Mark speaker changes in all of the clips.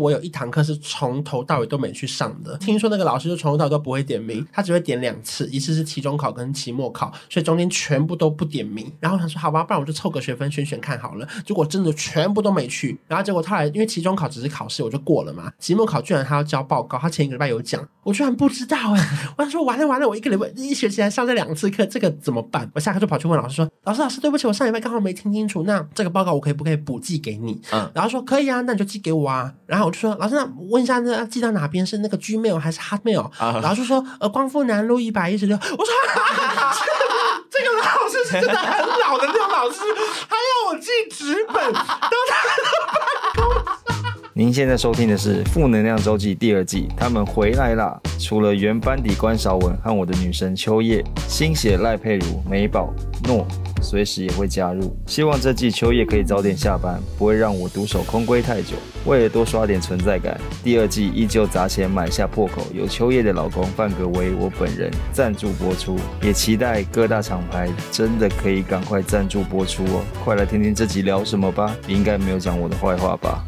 Speaker 1: 我有一堂课是从头到尾都没去上的。听说那个老师就从头到尾都不会点名，他只会点两次，一次是期中考跟期末考，所以中间全部都不点名。然后他说：“好吧，不然我就凑个学分选选看好了。”结果真的全部都没去。然后结果他来，因为期中考只是考试，我就过了嘛。期末考居然他要交报告，他前一个礼拜有讲，我居然不知道哎、我想说完了完了，我一个礼拜一学期才上这两次课，这个怎么办？我下课就跑去问老师说：“老师老师，对不起，我上礼拜刚好没听清楚，那这个报告我可以不可以补寄给你？”
Speaker 2: 嗯
Speaker 1: 然后说可以啊，那你就寄给我啊。然后我就说老师，那问一下那寄到哪边是那个 Gmail 还是 Hotmail？、
Speaker 2: 啊
Speaker 1: 然后就说呃光复南路一百一十六。我说、啊、这个老师是真的很老的那种老师，还要我记纸本，然后他。
Speaker 3: 您现在收听的是《负能量周记》第二季，他们回来啦！除了原班底关韶文和我的女神秋叶，新血赖佩如、美宝、诺随时也会加入。希望这季秋叶可以早点下班，不会让我独守空闺太久。为了多刷点存在感，第二季依旧砸钱买下破口，由秋叶的老公范格为我本人赞助播出，也期待各大厂牌真的可以赶快赞助播出哦！快来听听这集聊什么吧，你应该没有讲我的坏话吧？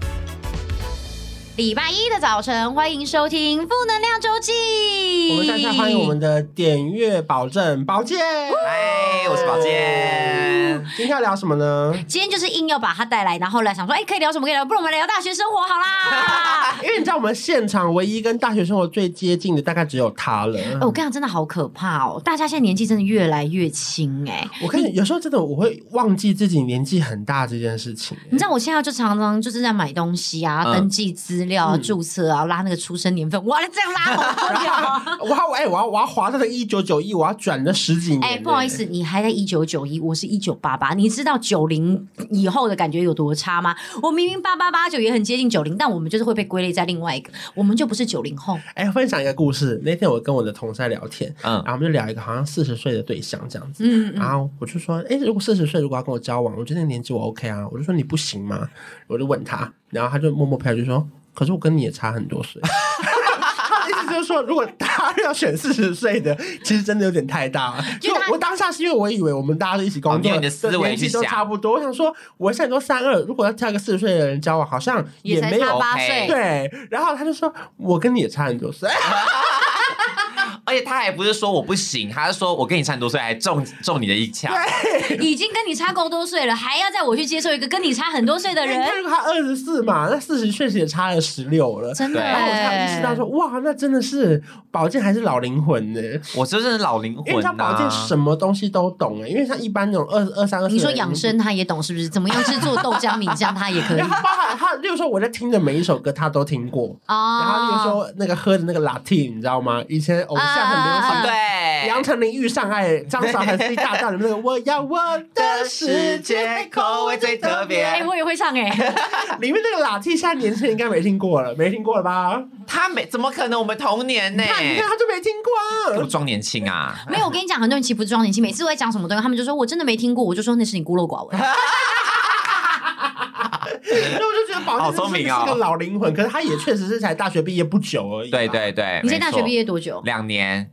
Speaker 4: 礼拜一的早晨，欢迎收听《负能量周记》。
Speaker 1: 我们再次欢迎我们的点阅保证宝健。
Speaker 2: 嗨，哎我是宝健。
Speaker 1: 今天要聊什么呢？
Speaker 4: 今天就是硬要把他带来，然后来想说，哎、可以聊什么？可以聊，不如我们聊大学生活好啦。
Speaker 1: 因为你知道，我们现场唯一跟大学生活最接近的，大概只有他了。
Speaker 4: 哎我跟你讲，真的好可怕哦！大家现在年纪真的越来越轻哎、
Speaker 1: 我看有时候真的我会忘记自己年纪很大这件事情、
Speaker 4: 你知道我现在就常常就是在买东西啊，
Speaker 2: 嗯
Speaker 4: 登记资料啊、
Speaker 1: 嗯
Speaker 4: 注册啊，拉那个出生年份，哇，这样拉好多 呀！
Speaker 1: 我要哎、我要我要划到的一九九一，我要转了十几年、
Speaker 4: 哎、不好意思，，你还在一九九一，我是一九八八，你知道九零以后的感觉有多差吗？我明明八八八九也很接近九零，但我们就是会被归类在另外一个，我们就不是九零后。
Speaker 1: 哎、分享一个故事。那天我跟我的同事在聊天，
Speaker 2: 嗯
Speaker 1: 然后我们就聊一个好像四十岁的对象这样子。
Speaker 4: 嗯嗯
Speaker 1: 然后我就说，哎、如果四十岁如果要跟我交往，我觉得那个年纪我 OK 啊。我就说你不行吗？我就问他，然后他就默默拍我就说，可是我跟你也差很多岁。 他的意思就是说，如果他要选四十岁的，其实真的有点太大了。
Speaker 4: 就
Speaker 1: 就
Speaker 4: 他
Speaker 1: 我当下是因为我以为我们大家都一起工
Speaker 2: 哦你
Speaker 1: 作，
Speaker 2: 用你的思维
Speaker 1: 年纪
Speaker 2: 去
Speaker 1: 都
Speaker 2: 想
Speaker 1: 差不多。我想说，我现在都三二，如果要挑一个四十岁的人交往，好像
Speaker 4: 也才
Speaker 1: 没
Speaker 4: 差
Speaker 1: 有。
Speaker 4: 八
Speaker 2: OK
Speaker 4: 岁，
Speaker 1: 对，然后他就说，我跟你也差很多哎岁。
Speaker 4: 啊
Speaker 2: 而且他还不是说我不行，他是说我跟你差很多岁，还中中你的一枪。
Speaker 4: 已经跟你差够多岁了，还要再我去接受一个跟你差很多岁的
Speaker 1: 因为
Speaker 4: 人
Speaker 1: 他，如果他二十四嘛，那四十确实也差了十六了。
Speaker 4: 真的、
Speaker 2: 对
Speaker 4: 哎
Speaker 1: 然后我才有意识到说，哇，那真的是宝剑还是老灵魂呢、
Speaker 2: 我就是老灵
Speaker 1: 因为
Speaker 2: 魂啊
Speaker 1: 他
Speaker 4: 啊
Speaker 2: 呐、
Speaker 1: 宝剑什么东西都懂哎、因为像一般那种二二三二四，
Speaker 4: 你说养生他也懂是不是？怎么样制作豆浆米浆他也可以
Speaker 1: 然后他包含他，例如说我在听的每一首歌他都听过， 然后例如
Speaker 4: 哦。
Speaker 1: 说那个喝的那个 latte，你知道吗？以前偶像很流行
Speaker 4: 啊
Speaker 2: 么
Speaker 1: 的。
Speaker 2: 对，
Speaker 1: 杨丞琳遇上爱，张韶涵是一大段的那个我要我的世界，口味最特别。
Speaker 4: 哎、我也会唱哎、
Speaker 1: 里面那个 latte，现在年轻人应该没听过了，没听过了吧？
Speaker 2: 他没怎么可能？我们童年呢、
Speaker 1: 看，你看他就没听过
Speaker 2: 我
Speaker 1: 啊。
Speaker 2: 装年轻啊！
Speaker 4: 没有，我跟你讲，很多人其实不是装年轻，每次我在讲什么东西，他们就说我真的没听过，我就说那是你孤陋寡闻。
Speaker 1: 所以我就觉得宝
Speaker 2: 好
Speaker 1: 剑
Speaker 2: 聪
Speaker 1: 真的
Speaker 2: 明哦
Speaker 1: 是个老灵魂，可是他也确实是才大学毕业不久而已。啊
Speaker 2: 对。对对，
Speaker 4: 你在大学毕
Speaker 2: 业
Speaker 4: 业多久？
Speaker 2: 两年，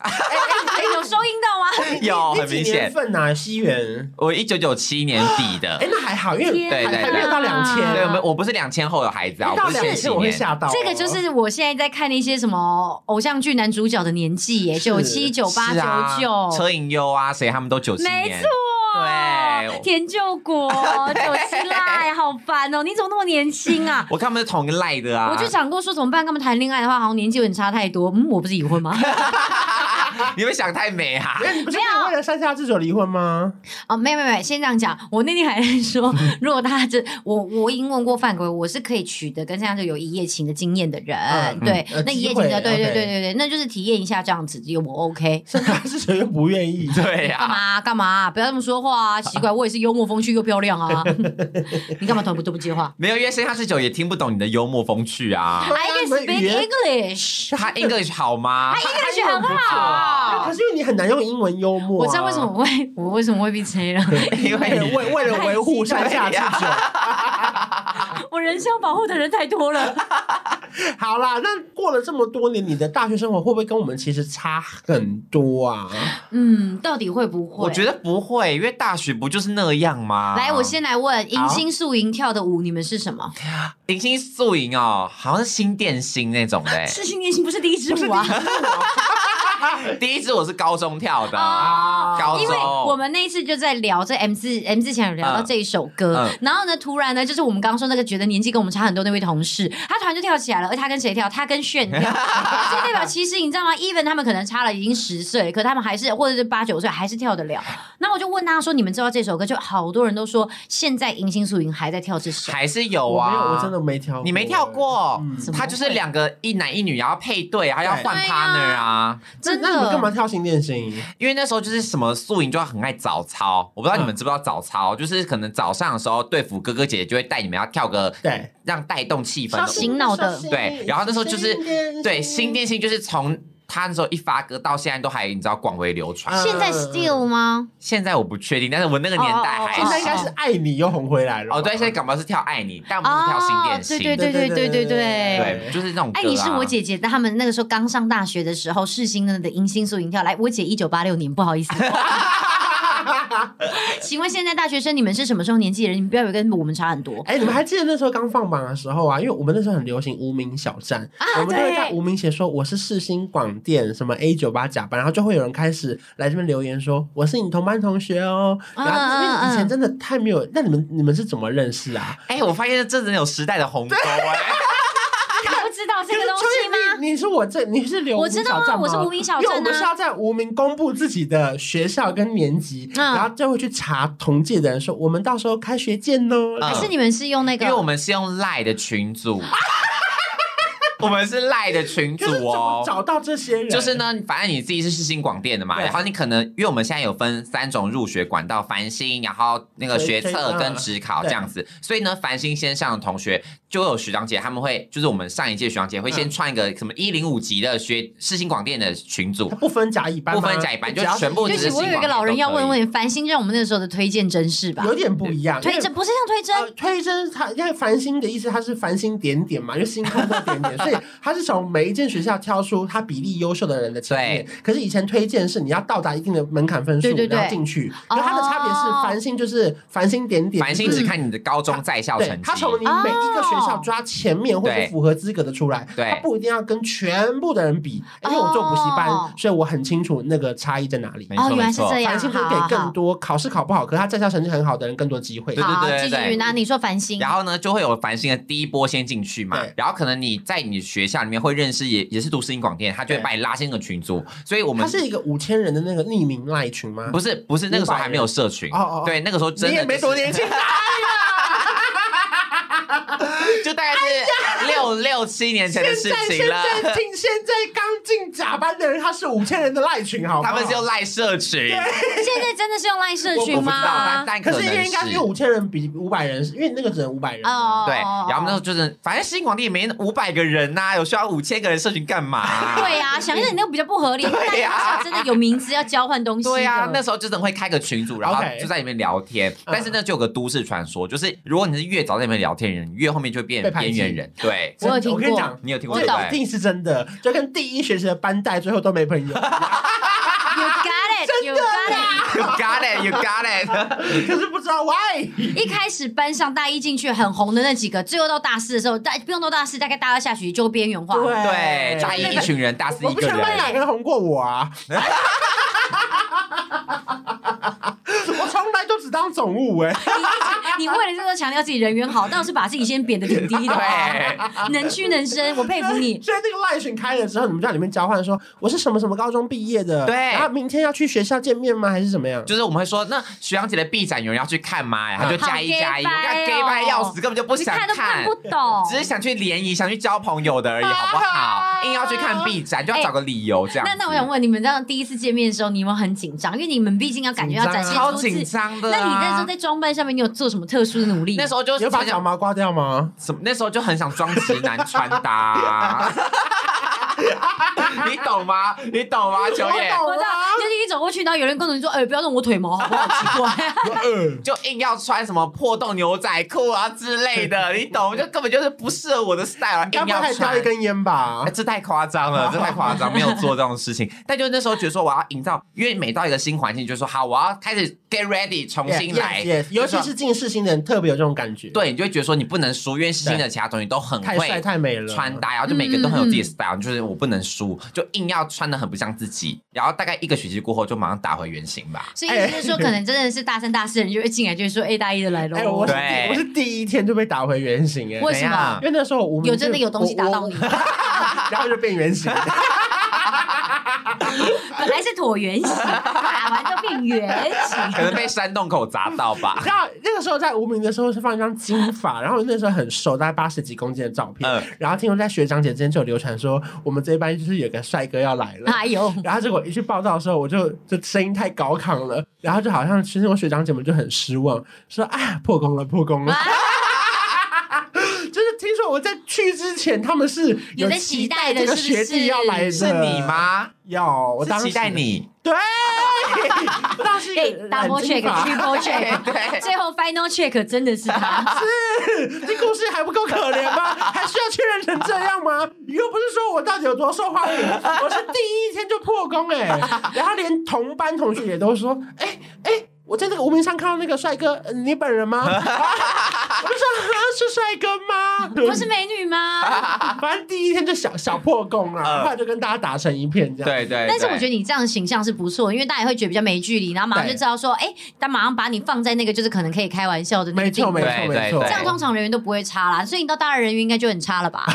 Speaker 4: 哎有收音到吗？
Speaker 2: 有
Speaker 1: 你
Speaker 2: 很
Speaker 1: 几
Speaker 2: 明
Speaker 1: 年
Speaker 2: 显。
Speaker 1: 份啊？西元？
Speaker 2: 我一九九七年底的，
Speaker 1: 哎，那还好，因为
Speaker 4: 天
Speaker 2: 对
Speaker 1: 还
Speaker 2: 对
Speaker 1: 还没有到
Speaker 4: 对
Speaker 1: 两千，
Speaker 2: 对，我们我不是两千后的孩子啊，
Speaker 1: 一
Speaker 2: 我
Speaker 1: 到
Speaker 2: 不是
Speaker 1: 哎两
Speaker 2: 千
Speaker 1: 千
Speaker 2: 禧
Speaker 1: 我会
Speaker 2: 年。
Speaker 1: 吓到哦。
Speaker 4: 这个就是我现在在看那些什么偶像剧男主角的年纪耶，
Speaker 1: 是
Speaker 4: 九七、九八、
Speaker 2: 是啊
Speaker 4: 九九，
Speaker 2: 车银优啊，谁他们都九七
Speaker 4: 没
Speaker 2: 年，
Speaker 4: 错
Speaker 2: 对，
Speaker 4: 田就 国九七赖，好烦哦！你怎么那么年轻啊？
Speaker 2: 我看他们是同一个赖 的啊。
Speaker 4: 我就想过说怎么办，跟他们谈恋爱的话，好像年纪有点差太多。嗯，我不是已婚吗？
Speaker 2: 你们想太美啊 哈、
Speaker 1: 哎，你不是
Speaker 4: 没有
Speaker 1: 为了山下智久离婚吗？
Speaker 4: 哦，没有没有没有，先这样讲。我那天还在说，
Speaker 1: 嗯
Speaker 4: 如果大家这我我已经问过范鬼，我是可以取得跟现在就有一夜情的经验的人，
Speaker 1: 嗯
Speaker 4: 对，
Speaker 1: 呃
Speaker 4: 那一
Speaker 1: 机
Speaker 4: 夜情的，
Speaker 1: 会
Speaker 4: 对对对
Speaker 1: OK
Speaker 4: 对对，那就是体验一下这样子，我 OK。
Speaker 1: 山下智久又不愿 意。
Speaker 2: 对
Speaker 4: 干
Speaker 2: 呀、
Speaker 4: 嘛啊、干嘛啊、不要这么说话啊！奇怪，我也是幽默风趣又漂 亮啊！你干嘛头不都不接话
Speaker 2: 没有，因为生下之久也听不懂你的幽默风趣 啊。
Speaker 4: ？I
Speaker 1: 你
Speaker 4: can
Speaker 1: 们语
Speaker 4: speak
Speaker 1: 言
Speaker 4: English，
Speaker 2: 他 English 好吗？
Speaker 4: English 很好
Speaker 1: 可。是因为你很难用英文幽默啊。
Speaker 4: 我知道为什么我会我为什么会 被催了，
Speaker 1: 为
Speaker 2: 因为
Speaker 1: 为为了维护山下智久。
Speaker 4: 我人生保护的人太多了。
Speaker 1: 好啦，那过过了这么多年，你的大学生活会不会跟我们其实差很多啊？
Speaker 4: 嗯，到底会不会？
Speaker 2: 我觉得不会，因为大学不就是那样吗？
Speaker 4: 来，我先来问，迎新宿营跳的舞你们是什么？
Speaker 2: 迎新宿营哦，好像是新电新那种的、欸。
Speaker 4: 是新年行，不是第一支舞啊。
Speaker 2: 第一支我是高中跳的，
Speaker 4: 哦
Speaker 2: 高中
Speaker 4: 因为我们那一次就在聊这 M 字 M 字前有聊到这一首歌，
Speaker 2: 嗯嗯
Speaker 4: 然后呢，突然呢，就是我们刚刚说那个觉得年纪跟我们差很多那位同事，他突然就跳起来了，而且他跟谁跳？他跟炫跳，所以代表其实你知道吗？Even 他们可能差了已经十岁，可他们还是或者是八九岁还是跳得了。那我就问他说：“你们知道这首歌？”就好多人都说现在迎新宿营还在跳这首，
Speaker 2: 还是有
Speaker 1: 我
Speaker 2: 啊，
Speaker 1: 没有，我真的没跳，
Speaker 2: 你没跳。过
Speaker 1: 嗯，
Speaker 4: 怎么
Speaker 2: 他就是两个一男一女，然后配对，还要换
Speaker 4: 对
Speaker 2: partner 啊。
Speaker 4: 真
Speaker 1: 那你们干嘛
Speaker 4: 的。
Speaker 1: 跳新练习？
Speaker 2: 因为那时候就是什么宿营就要很爱早操，我不知道你们知不知道早操，就是可能早上的时候，队服哥哥姐姐就会带你们要跳个
Speaker 1: 对
Speaker 2: 让带动气氛
Speaker 4: 小
Speaker 2: 的
Speaker 4: 心
Speaker 2: 舞。
Speaker 4: 醒脑的
Speaker 2: 对，然后那时候就是对新电信，就是从他那时候一发歌到现在都还你知道广为流传。
Speaker 1: 啊
Speaker 4: 现在 still 吗？
Speaker 2: 现在我不确定，但是我那个年代还
Speaker 4: 哦
Speaker 1: 现在应该是爱你又红回来了吧。
Speaker 2: 哦，对，现在感冒是跳爱你，但我们是跳新
Speaker 4: 哦
Speaker 2: 电，信。
Speaker 4: 对对对对对对对。
Speaker 2: 对，就是那种歌、啊。
Speaker 4: 哎，你是我姐姐，但他们那个时候刚上大学的时候，世新的迎新宿营跳。来，我姐一九八六年，不 好意思。请问现在大学生你们是什么时候年纪的人？你们不要以为跟我们差很 多。
Speaker 1: 哎、你们还记得那时候刚放榜的时候啊？因为我们那时候很流行无名小站，我们就会在
Speaker 4: 啊对
Speaker 1: 无名写说我是世新广电什么 A 九八甲班，然后就会有人开始来这边留言说我是你同班同学哦。
Speaker 4: 嗯
Speaker 1: 然后因为以前
Speaker 4: 嗯
Speaker 1: 真的太没有，那你们你们是怎么认识啊？
Speaker 2: 哎、我发现这真的有时代的鸿沟
Speaker 4: 啊
Speaker 2: 哎。
Speaker 4: 你不知道这个东西
Speaker 1: 就是
Speaker 4: 吗？
Speaker 1: 你你是我这你是留无
Speaker 4: 我
Speaker 1: 名
Speaker 4: 知
Speaker 1: 小
Speaker 4: 道啊
Speaker 1: 站吗
Speaker 4: 我是无名小
Speaker 1: 因为
Speaker 4: 站
Speaker 1: 我们
Speaker 4: 啊
Speaker 1: 是要在无名公布自己的学校跟年级，
Speaker 4: 嗯
Speaker 1: 然后就会去查同届的人说我们到时候开学见哦。
Speaker 2: 嗯
Speaker 4: 还是你们是用那个？
Speaker 2: 因为我们是用赖的群 组，我们是赖的群
Speaker 1: 就是怎
Speaker 2: 组
Speaker 1: 么
Speaker 2: 哦。
Speaker 1: 找到这些人？
Speaker 2: 就是呢，反正你自己是世新广电的嘛，
Speaker 1: 对
Speaker 2: 然后你可能因为我们现在有分三种入学管道，繁星，然后那个学
Speaker 1: 学
Speaker 2: 测
Speaker 1: 测
Speaker 2: 跟职考
Speaker 1: 啊对
Speaker 2: 这样子，所以呢，繁星先上的同学就有学长姐，他们会就是我们上一届学长姐会先
Speaker 1: 嗯
Speaker 2: 创一个什么一零五级的学世新广电的群组
Speaker 1: 它，不分甲乙班吗，
Speaker 2: 不分甲乙班就
Speaker 1: 只要
Speaker 2: 全部
Speaker 4: 对
Speaker 2: 只
Speaker 4: 不
Speaker 2: 是
Speaker 4: 起，我有一个老人要问问，繁星就是我们那个时候的推荐真是吧？
Speaker 1: 有点不一样，
Speaker 4: 推
Speaker 1: 因为
Speaker 4: 甄不是像推甄
Speaker 2: 哦
Speaker 1: 呃，推甄它因为繁星的意思，它是繁星点点嘛，就星空的点 点，所以它是从每一间学校挑出它比例优秀的人的前面。可是以前推荐是你要到达一定的门槛分数，
Speaker 4: 对对对
Speaker 1: 然后进去。
Speaker 4: 哦
Speaker 1: 可它的差别是繁星就是繁星点点，
Speaker 2: 繁星
Speaker 1: 就是
Speaker 2: 只看你的高中在校成
Speaker 1: 对
Speaker 2: 绩，，
Speaker 1: 它从你每一个学校抓前面或者
Speaker 2: 对
Speaker 1: 符合资格的出来，
Speaker 2: 对
Speaker 1: 它不一定要跟全部的人比。因为我做补习班
Speaker 4: 哦，
Speaker 1: 所以我很清楚那个差异在哪里
Speaker 2: 没。
Speaker 4: 哦，
Speaker 2: 错
Speaker 4: 原来
Speaker 2: 没
Speaker 4: 是
Speaker 2: 错
Speaker 4: 这，样，
Speaker 1: 繁星可以
Speaker 4: 好
Speaker 1: 给
Speaker 4: 好
Speaker 1: 更多考试考不好，可是他在校成绩很好的人更多机会。
Speaker 2: 对
Speaker 4: 好，
Speaker 2: 对对
Speaker 4: 继续
Speaker 2: 对
Speaker 4: 那你说繁星，
Speaker 2: 然后呢，就会有繁星的第一波先进去嘛
Speaker 1: 对，
Speaker 2: 然后可能你在你学校里面会认识也也是读世新广电，他就会
Speaker 1: 对
Speaker 2: 把你拉进个群组，所以我
Speaker 1: 它
Speaker 2: 们
Speaker 1: 是一个五千人的那个匿名赖群吗？
Speaker 2: 不是不是那个时候还没有社群
Speaker 1: 哦哦哦，
Speaker 2: 对，那个时候真
Speaker 1: 你
Speaker 2: 的
Speaker 1: 也没多年轻啊！
Speaker 2: 就大概是六六七年前的事
Speaker 1: 哎现在
Speaker 2: 情
Speaker 1: 啊现
Speaker 2: 了，
Speaker 1: 在进现在刚进甲班的人，他是五千人的赖群，好不好
Speaker 2: 他们是用赖社群，
Speaker 4: 现在真的是用赖社
Speaker 2: 我
Speaker 4: 群
Speaker 2: 不知道，
Speaker 4: 吗
Speaker 2: 但？但
Speaker 1: 可
Speaker 2: 可
Speaker 1: 是因
Speaker 2: 能
Speaker 1: 为应该因为五千人比五百人是，因为那个只能五百人啊。
Speaker 4: 哦，
Speaker 2: 对，然后我们那时候就是，反正世新广电也没五百个人呐，有需要五千个人社群干嘛啊？
Speaker 4: 对呀、想一想你那个比较不合理，
Speaker 2: 对呀
Speaker 4: 大家真的有名字要交换东西的。
Speaker 2: 对啊，那时候就是会开个群组，然后
Speaker 1: OK
Speaker 2: 就在里面聊天。
Speaker 4: 嗯
Speaker 2: 但是呢，就有个都市传说，就是如果你是越早在里面聊天的人，你越后面就会变
Speaker 1: 被排
Speaker 2: 边
Speaker 1: 挤
Speaker 2: 缘人。对，
Speaker 4: 我有听过
Speaker 1: 我跟你讲，
Speaker 2: 你有听过
Speaker 1: 这
Speaker 2: 对不
Speaker 1: 一
Speaker 2: 对？
Speaker 1: 定是真的，就跟第一学期的班带最后都没朋 友。
Speaker 4: You got it, you got
Speaker 2: You got it, you got it 。
Speaker 1: 可是不知道 why，
Speaker 4: it。一开始班上大一进去很红的那几个，最后到大四的时候，大不用到大四，大概大二下学期就边缘化。
Speaker 2: 对，大一一群人，大四
Speaker 1: 我
Speaker 2: 一
Speaker 1: 不
Speaker 2: 个
Speaker 1: 想问哪
Speaker 2: 人。
Speaker 1: 个人红过我啊！ 我从来都只当总务哎、
Speaker 4: 你为了这个强调自己人缘好，倒是把自己先贬得挺低的，
Speaker 2: 对
Speaker 4: 能屈能伸，我佩服你。
Speaker 1: 所以那个赖群开了之后，你们在里面交换说我是什么什么高中毕业的，
Speaker 2: 对
Speaker 1: 然后明天要去学校见面吗？还是怎么样？
Speaker 2: 就是我们会说，那徐阳姐的臂展有人要去看吗？哎然后就加一
Speaker 4: 好 gay
Speaker 2: 加一，我
Speaker 4: 掰
Speaker 2: 看 gay
Speaker 4: 哦
Speaker 2: 拜要死，根本就不
Speaker 4: 你
Speaker 2: 想
Speaker 4: 看都看不懂，
Speaker 2: 只是想去联谊，想去交朋友的而已，好不 好？硬要去看臂展，就要找个理由这样子。
Speaker 4: 哎那那我想问你们，这样第一次见面的时候，你有没有很紧张？因为你们毕竟要感觉要啊展现
Speaker 2: 超
Speaker 4: 出自
Speaker 2: 紧
Speaker 4: 己。
Speaker 2: 张的啊。
Speaker 4: 那你那时候在装扮上面，你有做什么特殊的努力？
Speaker 2: 那时候就是
Speaker 1: 有把
Speaker 2: 参加
Speaker 1: 脚毛刮掉 吗？
Speaker 2: 什么？那时候就很想装直男穿搭、啊 你懂吗？你懂吗？九
Speaker 1: 我
Speaker 2: 野，
Speaker 1: 懂
Speaker 4: 我知道
Speaker 1: 啊，
Speaker 4: 就是一走过去，然后有人跟着你说：“哎、不要动我腿毛，好 不好？”奇怪，
Speaker 2: 就硬要穿什么破洞牛仔裤啊之 类的，你懂？就根本就是不适合我的 style，啊
Speaker 1: 该
Speaker 2: 硬
Speaker 1: 不会
Speaker 2: 要
Speaker 1: 还叼
Speaker 2: 穿
Speaker 1: 一。根烟吧
Speaker 2: 哎，？这太夸 张了，这太夸张，没有做这种事情。但就那时候觉得说，我要营造，因为每到一个新环境，就说好，我要开始 get ready，重新来。
Speaker 1: Yes, yes, yes，尤
Speaker 2: 就
Speaker 1: 其是近视新的人特别有这种感觉，，
Speaker 2: 对，你就会觉得说你不能输，因为新的其他东西都很
Speaker 1: 太帅
Speaker 2: 会
Speaker 1: 太美了，
Speaker 2: 穿搭，然后就每个人都很有自己的 style，、就是我不能输，就硬要穿的很不像自己。然后大概一个学期过后，就马上打回原形吧。
Speaker 4: 所以意思就是说，可能真的是大三、大四的人就会进来，就会说：“哎、大一的来喽。
Speaker 1: 哎、我是第
Speaker 2: 对
Speaker 1: 我是第一天就被打回原形哎、
Speaker 4: 为什
Speaker 2: 怎
Speaker 4: 么
Speaker 2: 样
Speaker 1: 因为那时候我无名
Speaker 4: 有真的有东西打到你
Speaker 1: 我我然后就变原 形。
Speaker 4: 本来是椭圆形，打完就变圆
Speaker 2: 可
Speaker 4: 形。
Speaker 2: 能被山洞口砸到 吧。
Speaker 1: 然后那个时候在无名的时候是放一张金发，然后那时候很瘦，大概八十几公斤的照片。
Speaker 2: 嗯
Speaker 1: 然后听说在学长姐之间就有流传说，我们这一班就是有个帅哥要来了。
Speaker 4: 哎呦，
Speaker 1: 然后结果一去报道的时候，我就就声音太高亢了，然后就好像其实我学长姐们就很失望，说啊破功了破功了。
Speaker 4: 啊
Speaker 1: 就是听说我在去之前，他们是
Speaker 4: 有在
Speaker 1: 期
Speaker 4: 期待的
Speaker 1: 这个
Speaker 4: 是不
Speaker 1: 学弟要来的，
Speaker 2: 是你？吗？
Speaker 1: 要，我
Speaker 2: 我
Speaker 1: 当时
Speaker 2: 期待。你。
Speaker 1: 对， 我当时
Speaker 4: 哎，double
Speaker 1: 染金
Speaker 4: check、
Speaker 1: 发
Speaker 4: triple check，最后 final check 真的是他。
Speaker 1: 这故事还不够可怜 吗？还需要确认成这样吗？你又不是说我到底有多受欢迎，我是第一天就破功哎、然后连同班同学也都说，哎、哎、我在那个无名上看到那个帅哥，呃你本人吗？啊 我就说啊，是帅哥吗？
Speaker 4: 不是美女吗？
Speaker 1: 反正第一天就小小破功了，
Speaker 2: 嗯
Speaker 1: 后来就跟大家打成一片这样。
Speaker 2: 对对对。
Speaker 4: 但是我觉得你这样的形象是不错，因为大家也会觉得比较没距离，然后马上就知道说，哎，他马上把你放在那个就是可能可以开玩笑的那
Speaker 1: 没
Speaker 4: 个地
Speaker 1: 错没
Speaker 4: 位。
Speaker 1: 错
Speaker 2: 对
Speaker 1: 没
Speaker 2: 对
Speaker 1: 错
Speaker 4: 这，样
Speaker 2: 对
Speaker 4: 通常人缘都不会差啦，所以你到大二人缘应该就很差了 吧？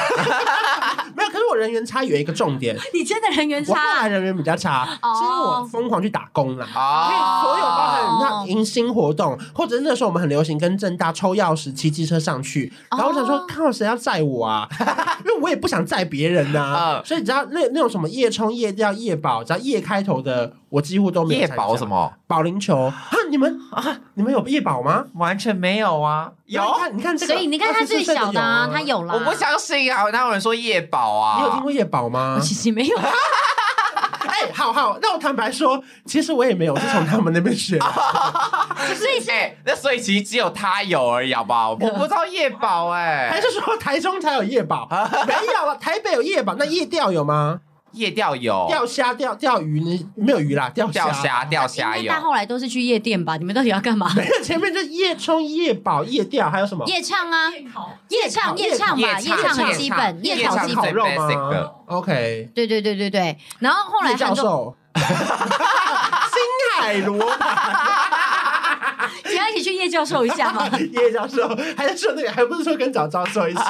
Speaker 1: 没有。可是我人缘差有一个重点，
Speaker 4: 你真的人缘
Speaker 1: 我后
Speaker 4: 差
Speaker 1: 来，人缘比较差，
Speaker 4: 哦
Speaker 1: 是因为我疯狂去打工啦。因为
Speaker 2: 啊
Speaker 1: 所有包含
Speaker 4: 哦
Speaker 1: 你看迎新活动，或者是那时候我们很流行跟正大抽钥匙骑机车上去，然后我想
Speaker 4: 哦
Speaker 1: 说，看有谁要载我啊？ 因为我也不想载别人呐、
Speaker 4: 哦
Speaker 2: 嗯
Speaker 1: 所以只要那那种什么夜冲、夜钓、夜保，只要夜开头的，我几乎都没有
Speaker 2: 夜
Speaker 1: 参加
Speaker 2: 保什？么？
Speaker 1: 保龄球啊？你们啊，你们有夜保吗？
Speaker 2: 完全没有啊，
Speaker 1: 你看，你看这个，
Speaker 4: 所以你看他最小的啊，他
Speaker 1: 有
Speaker 4: 有啦。
Speaker 2: 我不相信啊！哪有人说夜保
Speaker 1: 啊。你有
Speaker 2: 啊
Speaker 1: 听？过夜保吗
Speaker 4: 我？其实没有，啊
Speaker 1: 哎、好好，那我坦白说，其实我也没有，我是从他们那边学的。
Speaker 4: 所以是
Speaker 2: 哎，那所以其实只有他有而已，好不好？我不知道夜保
Speaker 1: 还
Speaker 2: 哎，
Speaker 1: 是说台中才有夜保？没有了，台北有夜保，那夜钓有吗？
Speaker 2: 夜钓有，
Speaker 1: 钓虾、钓钓鱼，你没有鱼啦，钓
Speaker 2: 哦钓虾，。钓
Speaker 4: 应
Speaker 2: 虾
Speaker 4: 该
Speaker 2: 有
Speaker 4: 大。后来都是去夜店吧？你们到底要干嘛？
Speaker 1: 没有， 前面就夜冲、夜保、夜钓，还有什么？
Speaker 4: 夜唱啊，夜唱夜
Speaker 1: 夜
Speaker 4: 唱
Speaker 1: 唱
Speaker 4: 吧，夜唱很基本，夜
Speaker 2: 夜
Speaker 4: 考
Speaker 2: 唱
Speaker 4: 基
Speaker 2: 是
Speaker 1: 烤
Speaker 4: 本。
Speaker 2: 最
Speaker 1: 肉
Speaker 2: basic 的
Speaker 1: 吗。OK，
Speaker 4: 对对对对对，然后后来
Speaker 1: 叶教
Speaker 4: 很多，
Speaker 1: 授， 新海罗吧，
Speaker 4: 你要一起去叶教授一下 吗？
Speaker 1: 叶教授，还是说那个，还不是说跟早教授一起？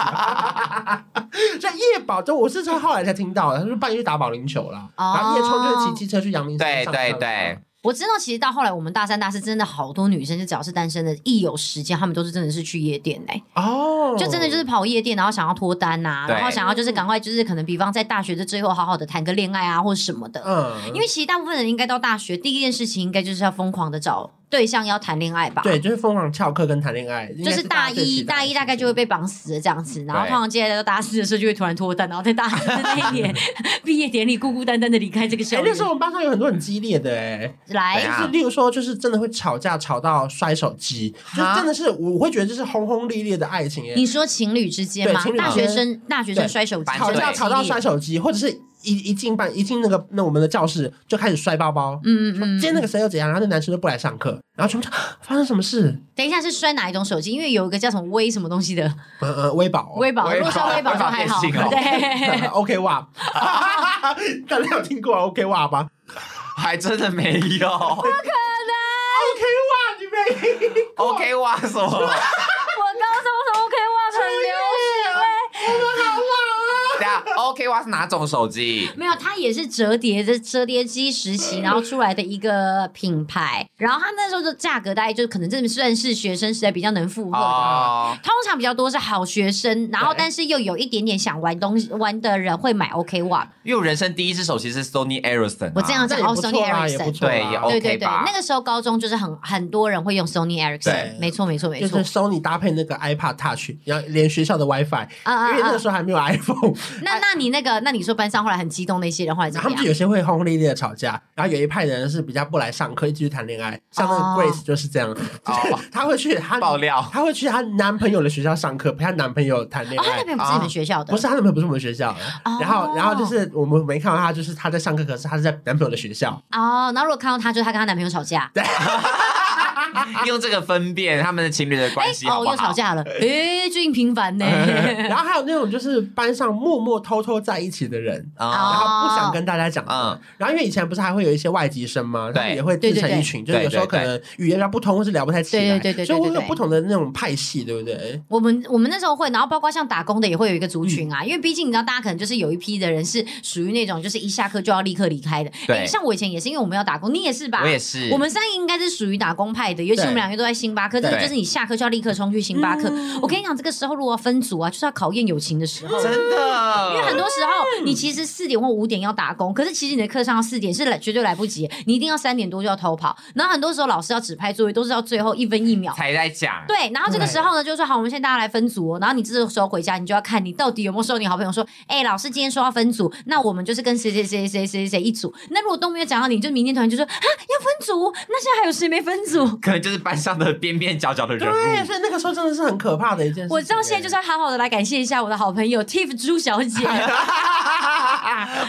Speaker 1: 所以夜保，就我是从后来才听到的，他说半夜去打保龄球啦，
Speaker 4: 哦
Speaker 1: 然后夜冲就是骑机车去阳明山
Speaker 2: 对
Speaker 1: 上
Speaker 2: 对
Speaker 1: 课
Speaker 2: 对，
Speaker 4: 我知道，其实到后来我们大三、大四，真的好多女生，就只要是单身的，一有时间，她们都是真的是去夜店哎、
Speaker 1: 哦，
Speaker 4: 就真的就是跑夜店，然后想要脱单呐、
Speaker 2: 对
Speaker 4: 然后想要就是赶快就是可能，比方在大学的最后好好的谈个恋爱啊，或什么的。
Speaker 1: 嗯
Speaker 4: 因为其实大部分人应该到大学第一件事情，应该就是要疯狂的找对象要谈恋爱吧。
Speaker 1: 对，就是疯狂翘课跟谈恋爱，应
Speaker 4: 就
Speaker 1: 该
Speaker 4: 是
Speaker 1: 是
Speaker 4: 大
Speaker 1: 家最期
Speaker 4: 一，
Speaker 1: 待的
Speaker 4: 大一大概就会被绑死了这样子，然后
Speaker 2: 对
Speaker 4: 通常接下来到大四的时候就会突然脱单，然后在大四的那一 年毕业典礼孤孤单单的离开这个
Speaker 1: 哎、
Speaker 4: 校
Speaker 1: 那
Speaker 4: 园
Speaker 1: 时。候我们班上有很多很激烈的哎、
Speaker 2: 怎
Speaker 4: 来
Speaker 2: 样，
Speaker 1: 就是例如说，就是真的会吵架吵到摔手机，就是
Speaker 2: 哈
Speaker 1: 真的是我会觉得这是轰轰烈烈的爱情哎、
Speaker 4: 你说情侣之间
Speaker 1: 对
Speaker 4: 吗
Speaker 1: 情？侣
Speaker 4: 大学
Speaker 1: 之间
Speaker 4: 生大学生
Speaker 1: 对
Speaker 4: 摔手机，
Speaker 2: 反
Speaker 1: 吵
Speaker 2: 正
Speaker 1: 架
Speaker 2: 对
Speaker 1: 吵到摔手机，或者是一一进班一进那个那我们的教室就开始摔包包。
Speaker 4: 嗯嗯嗯
Speaker 1: 今天那个谁又怎样，然后那男生就不来上课，然后全部就 啊发生什么事？
Speaker 4: 等一下是摔哪一种手机？因为有一个叫什么微什么东西的
Speaker 1: 呃呃，微保、哦，
Speaker 4: 微保，
Speaker 2: 微
Speaker 4: 如
Speaker 2: 保
Speaker 4: 果摔微保就还好。
Speaker 2: 微
Speaker 1: 哦
Speaker 2: 保
Speaker 4: 对，
Speaker 1: OK 哇， 大家有听过 OK 哇吧
Speaker 2: 还真的没 有。
Speaker 1: ？OK 哇，你没
Speaker 2: OK 哇什 么？
Speaker 4: 我高中时候 OK 哇很流行欸
Speaker 2: 等一下 OK 哇是哪种手机？
Speaker 4: 没有，它也是折叠的折叠机时期，
Speaker 1: 嗯
Speaker 4: 然后出来的一个品牌。然后它那时候的价格大概就可能真的算是学生时代比较能负荷的。
Speaker 2: 哦，
Speaker 4: 通常比较多是好学生，然后
Speaker 1: 对
Speaker 4: 但是又有一点点想玩东西玩的人会买 OK 哇。
Speaker 2: 因为我人生第一只手机是 Sony Ericsson 啊。
Speaker 4: 我这样
Speaker 1: 那也
Speaker 4: 哦
Speaker 1: 不错
Speaker 4: ，Sony
Speaker 1: 啦，也
Speaker 4: Ericsson
Speaker 1: 不错啊啦，
Speaker 2: 对也 OK
Speaker 4: 对对对
Speaker 2: 吧，
Speaker 4: 那个时候高中就是很很多人会用 Sony Ericsson，
Speaker 1: 对
Speaker 4: 没错没错没
Speaker 1: 就
Speaker 4: 错
Speaker 1: 是。Sony 搭配那个 iPad Touch，然后连学校的 WiFi，
Speaker 4: 啊啊
Speaker 1: 因为那
Speaker 4: 啊
Speaker 1: 个时！候还没有 iPhone，
Speaker 4: 那那那你那个，那你说班上后来很激动那些人后来怎
Speaker 1: 然后他
Speaker 4: 么
Speaker 1: 们就
Speaker 4: 样？
Speaker 1: 有些会轰轰烈烈的吵架，然后有一派的人是比较不来上课，一直去谈恋爱，像那
Speaker 4: 哦
Speaker 1: 个 Grace 就是这样，
Speaker 2: 哦，
Speaker 1: 她会去她
Speaker 2: 爆料
Speaker 1: 她会去她男朋友的学校上课，陪她男朋友谈恋
Speaker 4: 哦，他
Speaker 1: 爱
Speaker 4: 那。边不是你们学校的，
Speaker 1: 啊不是她男朋友不是我们学校的，
Speaker 4: 哦
Speaker 1: 然后然后就是我们没看到她，就是她在上课，可是她是在男朋友的学 校，
Speaker 4: 哦。然后如果看到他，就是他跟他男朋友吵架，
Speaker 2: 用这个分辨他们的情侣的关系好
Speaker 4: 哦，
Speaker 2: 不
Speaker 4: 又吵
Speaker 2: 好？
Speaker 4: 架了，哎，最近频繁 呢。
Speaker 1: 然后还有那种就是班上默默偷偷在一起的人，然
Speaker 2: 啊，
Speaker 4: 哦
Speaker 1: 后不想跟大家讲。
Speaker 2: 嗯，
Speaker 1: 然后因为以前不是还会有一些外籍生吗？
Speaker 2: 对
Speaker 1: 他们也会自成一群，
Speaker 2: 对对对
Speaker 1: 就是有时候可能语言上不通或是聊不太起来，
Speaker 4: 对对对对对
Speaker 1: 所以会
Speaker 4: 对
Speaker 1: 有
Speaker 4: 对
Speaker 1: 不同的那种派系，对不对？
Speaker 4: 我们我们那时候会，然后包括像打工的也会有一个族群
Speaker 2: 嗯
Speaker 4: 啊，因为毕竟你知道，大家可能就是有一批的人是属于那种就是一下课就要立刻离开的。
Speaker 2: 对
Speaker 4: 诶像我以前也是，因为我们要打工，你也是吧？
Speaker 2: 我也是，
Speaker 4: 我们三个应该是属于打工派的，尤其
Speaker 1: 对
Speaker 4: 我们两个都在星巴克，真的
Speaker 2: 对嗯
Speaker 4: 就是你下课就要立刻冲去星巴克。我跟你讲，这个时候如果要分组啊，就是要考验友情的时候。
Speaker 2: 真的，
Speaker 4: 因为很多时候，你其实四点或五点要打工，可是其实你的课上到四点是来绝对来不及，你一定要三点多就要偷跑。然后很多时候老师要指派作业，都是到最后一分一秒。
Speaker 2: 才在讲，
Speaker 4: 对，然后这个时候呢，就说好，我们现在大家来分组、哦。然后你这个时候回家，你就要看你到底有没有收你好朋友说，哎、老师今天说要分组，那我们就是跟谁谁谁谁谁谁一组。那如果都没有讲到你，就明天突然就说啊要分组，那现在还有谁没分组？
Speaker 2: 可能 就是班上的边边角角的人
Speaker 1: 对，
Speaker 2: 物。
Speaker 1: 所以那个时候真的是很可怕的一件事情。欸
Speaker 4: 我知道现在就是要好好的来感谢一下我的好朋友 Tiff 朱小 姐，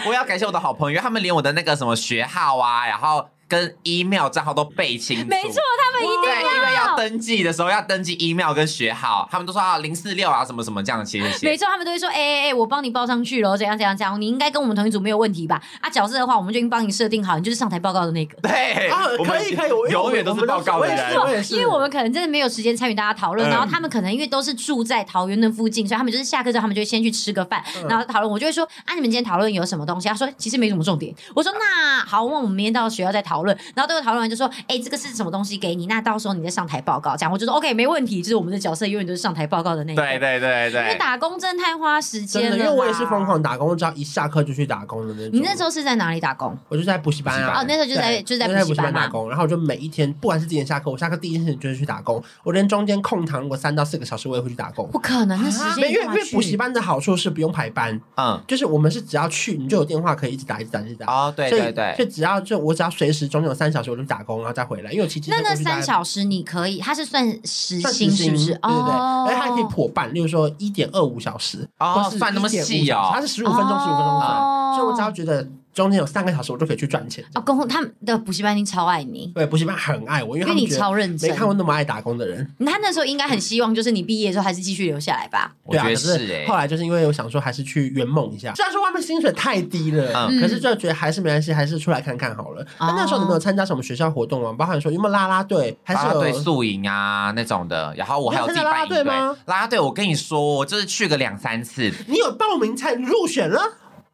Speaker 2: 我要感谢我的好朋友，他们连我的那个什么学号啊，然后跟 email 账号都背清楚。
Speaker 4: 没错，他们一定
Speaker 2: 对，因为要
Speaker 4: 要。
Speaker 2: 登记的时候要登记 email 跟学号，他们都说啊零四六啊什么什么这样的，谢谢谢
Speaker 4: 没
Speaker 2: 谢。
Speaker 4: 错，他们都会说，哎哎哎，我帮你报上去了，怎样怎样怎样，你应该跟我们同一组没有问题吧？啊，角色的话，我们就已经帮你设定好，你就是上台报告的那个。
Speaker 2: 对，
Speaker 1: 啊，
Speaker 2: 我们
Speaker 1: 可以可以，我
Speaker 2: 永远都是报告的
Speaker 1: 我也
Speaker 2: 人
Speaker 1: 是，。我也是，
Speaker 4: 因为我们可能真的没有时间参与大家讨论，
Speaker 2: 嗯
Speaker 4: 然后他们可能因为都是住在桃园的附近，所以他们就是下课之后，他们就会先去吃个饭，
Speaker 1: 嗯
Speaker 4: 然后讨论。我就会说啊，你们今天讨论有什么东西？他啊说其实没什么重点。我说那好，那我们明天到学校再讨论。然后最后讨论完就说，哎、这个是什么东西给你？那到时候你再上台报告。这样我就说 OK，没问题。就是我们的角色永远都是上台报告的那一个。
Speaker 2: 对对对
Speaker 4: 因为
Speaker 2: 对，
Speaker 4: 打工真的太花时间
Speaker 1: 真
Speaker 4: 了
Speaker 1: 的，
Speaker 4: 啦，
Speaker 1: 因为我也是疯狂打工，我只要一下课就去打工的那种。
Speaker 4: 你那时候是在哪里打工？
Speaker 1: 我就在补习班
Speaker 2: 补习
Speaker 1: 啊
Speaker 2: 班。
Speaker 4: 哦，那时候就在
Speaker 1: 对
Speaker 4: 就在
Speaker 1: 我
Speaker 4: 补
Speaker 1: 在
Speaker 4: 习班啊
Speaker 1: 打
Speaker 4: 嘛。
Speaker 1: 工，然后我就每一天，不管是几点下课，我下课第一件事情就是去打工。我连中间空堂，如果三到四个小时，我也会去打工。
Speaker 4: 不可能，那时
Speaker 1: 啊没
Speaker 4: 间
Speaker 1: 因为
Speaker 4: 干
Speaker 1: 因
Speaker 4: 嘛
Speaker 1: 为补
Speaker 4: 去
Speaker 1: 习班的好处是不用排班，
Speaker 2: 嗯，
Speaker 1: 就是我们是只要去你就有电话可以一直打一直打一直打。
Speaker 2: 哦，对
Speaker 1: 所
Speaker 2: 对
Speaker 1: 以啊
Speaker 2: 对，
Speaker 1: 就只要就我只要随时中间有三小时我就去打工，然后再回来，因为我骑机车
Speaker 4: 那那
Speaker 1: 过去大概
Speaker 4: 三小时你可以，它是算时
Speaker 1: 算
Speaker 4: 薪是不是？
Speaker 1: 对对对，
Speaker 4: 哦，
Speaker 1: 而且它还可以破半，例如说一点二五小时，
Speaker 2: 哦
Speaker 1: 或，是
Speaker 2: 算那么
Speaker 1: 1.5
Speaker 2: 细
Speaker 1: 小时
Speaker 2: 哦
Speaker 1: 它，是十五分钟十五分钟算，
Speaker 4: 哦
Speaker 1: 所以我只要觉得中间有三个小时，我就可以去赚钱。
Speaker 4: 哦，公他们的补习班一定超爱你，
Speaker 1: 对，补习班很爱我，因为
Speaker 4: 因
Speaker 1: 他
Speaker 4: 为
Speaker 1: 们
Speaker 4: 你
Speaker 1: 觉得
Speaker 4: 超认
Speaker 1: 没
Speaker 4: 真。
Speaker 1: 看过那么爱打工的人。
Speaker 4: 他那时候应该很希望，就是你毕业之后还是继续留下来 吧。
Speaker 2: 我
Speaker 1: 对
Speaker 2: 觉
Speaker 1: 啊，可
Speaker 2: 得
Speaker 1: 是
Speaker 2: 是
Speaker 1: 后
Speaker 2: 哎，
Speaker 1: 来就是因为我想说还是去圆梦一下，虽然说外面薪水太低了，
Speaker 4: 嗯
Speaker 1: 可是就觉得还是没关系，还是出来看看好了。
Speaker 4: 哦
Speaker 1: 那那时候你们有参加什么学校活动吗？包含说有没有啦啦队，还是
Speaker 2: 啦啦队
Speaker 1: 有
Speaker 2: 宿营啊那种的，然后我还有
Speaker 1: 你
Speaker 2: 自
Speaker 1: 有
Speaker 2: 己
Speaker 1: 参加啦
Speaker 2: 办
Speaker 1: 啦
Speaker 2: 一
Speaker 1: 队
Speaker 2: 堆。
Speaker 1: 吗
Speaker 2: 啦啦队，我跟你说，我就是去个两三次，
Speaker 1: 你有报名才入选了？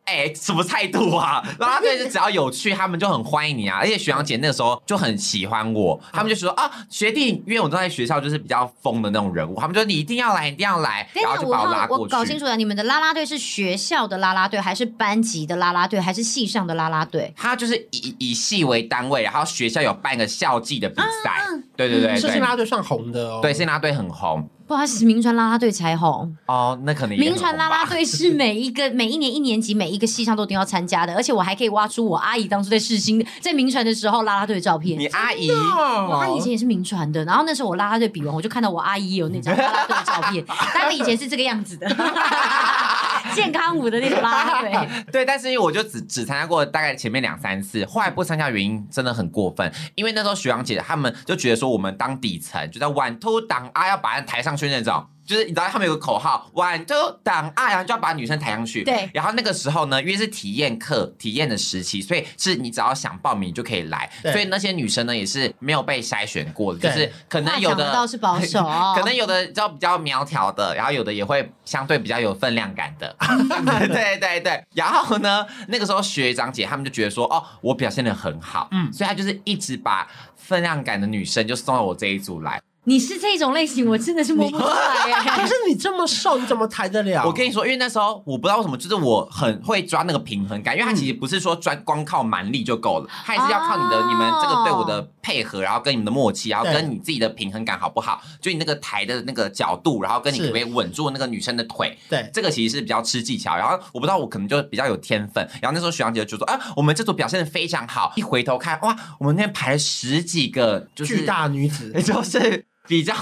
Speaker 2: 哎、什么态度 啊？啦啦队是只要有趣，他们就很欢迎你啊。而且学长姐那个时候就很喜欢我，
Speaker 4: 嗯
Speaker 2: 他们就说啊，学弟，因为我都在学校就是比较疯的那种人物，他们就你一定要来，一定要来，
Speaker 4: 等
Speaker 2: 然后
Speaker 4: 等，
Speaker 2: 就
Speaker 4: 我
Speaker 2: 把
Speaker 4: 好
Speaker 2: 拉
Speaker 4: 我
Speaker 2: 过
Speaker 4: 搞清
Speaker 2: 去。
Speaker 4: 楚了，你们的啦啦队是学校的啦啦队，还是班级的啦啦队，还是系上的啦啦队？
Speaker 2: 他就是以以系为单位，然后学校有办个校际的比赛，
Speaker 4: 嗯
Speaker 2: 对对对
Speaker 1: 是新
Speaker 2: 对，
Speaker 1: 啦啦队算红的哦。
Speaker 2: 对，新啦啦队很红
Speaker 4: 不好意思，名传啦啦队才红。
Speaker 2: 哦，那可能也
Speaker 4: 名
Speaker 2: 很红吧
Speaker 4: 传啦啦队是每一个每一年一年级每一个系上都一定要参加的，而且我还可以挖出我阿姨当初在世新在名传的时候啦啦队的照片。
Speaker 2: 你阿姨
Speaker 4: 我阿姨以
Speaker 1: 哦。
Speaker 4: 前也是名传的，然后那时候我拉拉队比完，我就看到我阿姨也有那张拉拉队的照片，大概以前是这个样子的， 健康舞的那种 拉拉队。
Speaker 2: 对，但是因为我就只只参加过大概前面两三次，后来不参加的原因真的很过分，因为那时候学长姐他们就觉得说我们当底层，就在晚突挡啊，要把人抬上去那种。就是你知道他们有个口号“晚突挡啊”，然后就要把女生抬上去。
Speaker 4: 对
Speaker 2: 然后那个时候呢，因为是体验课、体验的时期，所以是你只要想报名你就可以来。
Speaker 1: 对
Speaker 2: 所以那些女生呢，也是没有被筛选过的，就
Speaker 1: 对
Speaker 2: 是可
Speaker 4: 话
Speaker 2: 能有
Speaker 4: 讲
Speaker 2: 的，
Speaker 4: 得倒是保守哦
Speaker 2: 可能有的就比较苗条的，然后有的也会相对比较有分量感的。 对对对。然后呢，那个时候学长姐他们就觉得说，哦，我表现的很好，嗯，
Speaker 1: 嗯
Speaker 2: 所以他就是一直把分量感的女生就送到我这一组来。
Speaker 4: 你是这种类型，我真的是摸不出来
Speaker 1: 可
Speaker 4: 哎。
Speaker 1: 是你这么瘦，你怎么抬得了？
Speaker 2: 我跟你说，因为那时候我不知道为什么，就是我很会抓那个平衡感，因为它其实不是说专光靠蛮力就够了，它也是要靠你的、
Speaker 4: 哦
Speaker 2: 你们这个队伍的配合，然后跟你们的默契，然后
Speaker 1: 对
Speaker 2: 跟你自己的平衡感好不好，就你那个抬的那个角度，然后跟你
Speaker 1: 是
Speaker 2: 可不可以稳住那个女生的腿，
Speaker 1: 对，
Speaker 2: 这个其实是比较吃技巧。然后我不知道我可能就比较有天分，然后那时候学长姐就说啊，我们这组表现的非常好，一回头看哇，我们那边排了十几个，就是
Speaker 1: 巨，大女子
Speaker 2: 也 就是。比较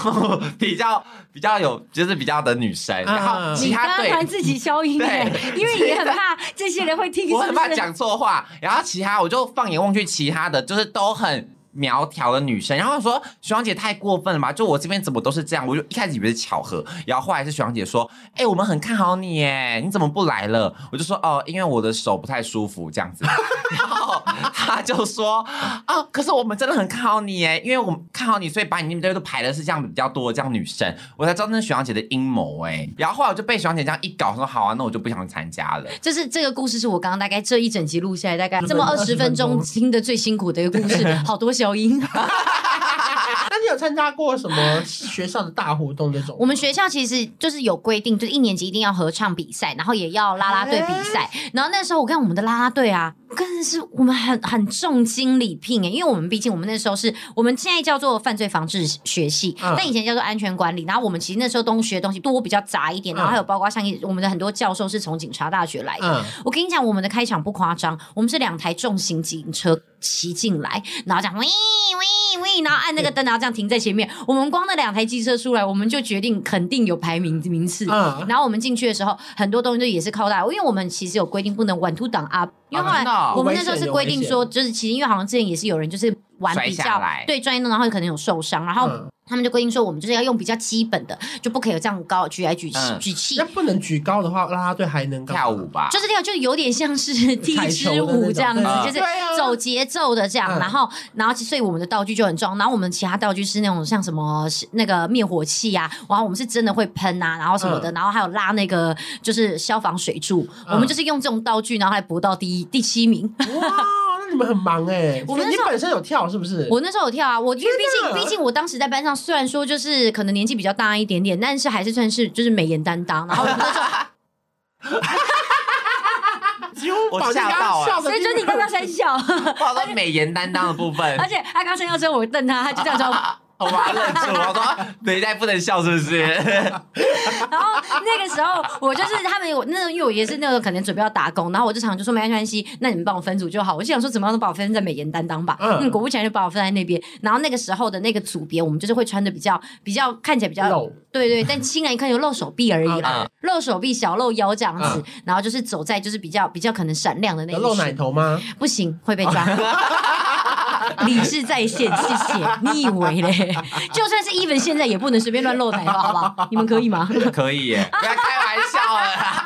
Speaker 2: 比较比较有，就是比较的女生，
Speaker 1: 啊
Speaker 2: 然后 其
Speaker 4: 你刚
Speaker 2: 他
Speaker 4: 刚
Speaker 2: 队
Speaker 4: 突然自己消音 哎，
Speaker 2: 对
Speaker 4: 因为你很怕这些人会听，
Speaker 2: 我
Speaker 4: 是
Speaker 2: 很
Speaker 4: 不
Speaker 2: 怕
Speaker 4: 是？
Speaker 2: 讲错话，然后其他我就放眼望去，其他的就是都很苗条的女生，然后我说徐阳姐太过分了吧？就我这边怎么都是这样，我就一开始以为是巧合，然后后来是徐阳姐说，哎、我们很看好你耶，你怎么不来了？我就说哦，因为我的手不太舒服这样子，然后她就说啊，可是我们真的很看好你耶，因为我们看好你，所以把你那边都排的是这样比较多的这样女生，我才知道那是徐阳姐的阴谋哎，然后后来我就被徐阳姐这样一搞，说好啊，那我就不想参加了。
Speaker 4: 就是这个故事，是我刚刚大概这一整集录下来，大概这么二十
Speaker 1: 20
Speaker 4: 分
Speaker 1: 分钟
Speaker 4: 钟听的最辛苦的一个故 事，好多消音。
Speaker 1: 那你有参加过什么学校的大活动这种？
Speaker 4: 我们学校其实就是有规定，就是一年级一定要合唱比赛，然后也要啦啦队比 赛。然后那时候我看我们的啦啦队啊，真的是我们很很重金礼聘欸诶，因为我们毕竟我们那时候是我们现在叫做犯罪防治学系，
Speaker 1: 嗯
Speaker 4: 但以前叫做安全管理。然后我们其实那时候东学的东西多比较杂一点，然后还有包括像一我们的很多教授是从警察大学来的，
Speaker 1: 嗯，
Speaker 4: 我跟你讲，我们的开场不夸张，我们是两台重型警车骑进来，然后讲喂喂喂，然后按那个灯，然后这样停在前面。我们光那两台机车出来，我们就决定肯定有排名名次。
Speaker 1: 嗯
Speaker 4: 然后我们进去的时候，很多东西就也是靠大，因为我们其实有规定不能玩突挡 up，因为后来
Speaker 2: 真的哦
Speaker 4: 我们那时候是规定说，就是其实因为好像之前也是有人就是玩比
Speaker 2: 摔下
Speaker 4: 较
Speaker 2: 来
Speaker 4: 对专业弄，然后可能有受伤，然后
Speaker 1: 嗯
Speaker 4: 他们就规定说我们就是要用比较基本的，就不可以有这样高举来举气
Speaker 2: 嗯
Speaker 4: 举气
Speaker 1: 那不能举高的话，啦啦队还能干嘛
Speaker 2: 跳舞？吧，
Speaker 4: 就是跳，就有点 像是第一支舞这样子，
Speaker 2: 嗯
Speaker 4: 就是
Speaker 1: 对啊
Speaker 4: 走节奏的这样。
Speaker 1: 嗯
Speaker 4: 然后，然后所以我们的道具就很重，然后我们其他道具是那种像什么那个灭火器啊，然后我们是真的会喷啊，然后什么的，然后还有拉那个就是消防水柱，
Speaker 1: 嗯
Speaker 4: 我们就是用这种道具，然后来搏到第一第七名。
Speaker 1: 哇，那你们很忙哎！
Speaker 4: 我们那
Speaker 1: 你
Speaker 4: 时候
Speaker 1: 本身有跳是不是？
Speaker 4: 我那时候有跳啊，我因为
Speaker 1: 天
Speaker 4: 毕
Speaker 1: 哪
Speaker 4: 竟毕竟我当时在班上，虽然说就是可能年纪比较大一点点，但是还是算是就是美颜担当。然后我们那时候，
Speaker 1: 只有
Speaker 2: 我
Speaker 1: 宝
Speaker 2: 吓到
Speaker 1: 笑的，
Speaker 4: 啊所以就你刚刚 在笑，
Speaker 2: 报到美颜担当的部分
Speaker 4: 而，且他刚升要之后我瞪他，他就这 样说。
Speaker 2: 我把他愣住，我说啊美代不能笑是不是？
Speaker 4: 然后那个时候我就是他们有那种，因为我也是那个可能准备要打工，然后我就常常就说没关系，那你们帮我分组就好。我就想说怎么样都把我分在美颜担当吧，
Speaker 1: 嗯
Speaker 4: 嗯，果不其然就把我分在那边。然后那个时候的那个组别，我们就是会穿的比较比较看起来比较
Speaker 1: 露啊
Speaker 4: 对对，但亲人一看就露手臂而已啦，露手臂小露腰这样子，然后就是走在就是比较比较可能闪亮的那
Speaker 1: 有
Speaker 4: 一
Speaker 1: 嗯露
Speaker 4: 群
Speaker 1: 奶头吗？
Speaker 4: 不行，会被抓。 理智在线，谢谢。你以为嘞？ 就算是 even 现在也不能随便乱露奶吧，好不好？你们可以吗？
Speaker 2: 可以耶，不要开玩笑啊了啦。
Speaker 1: 啊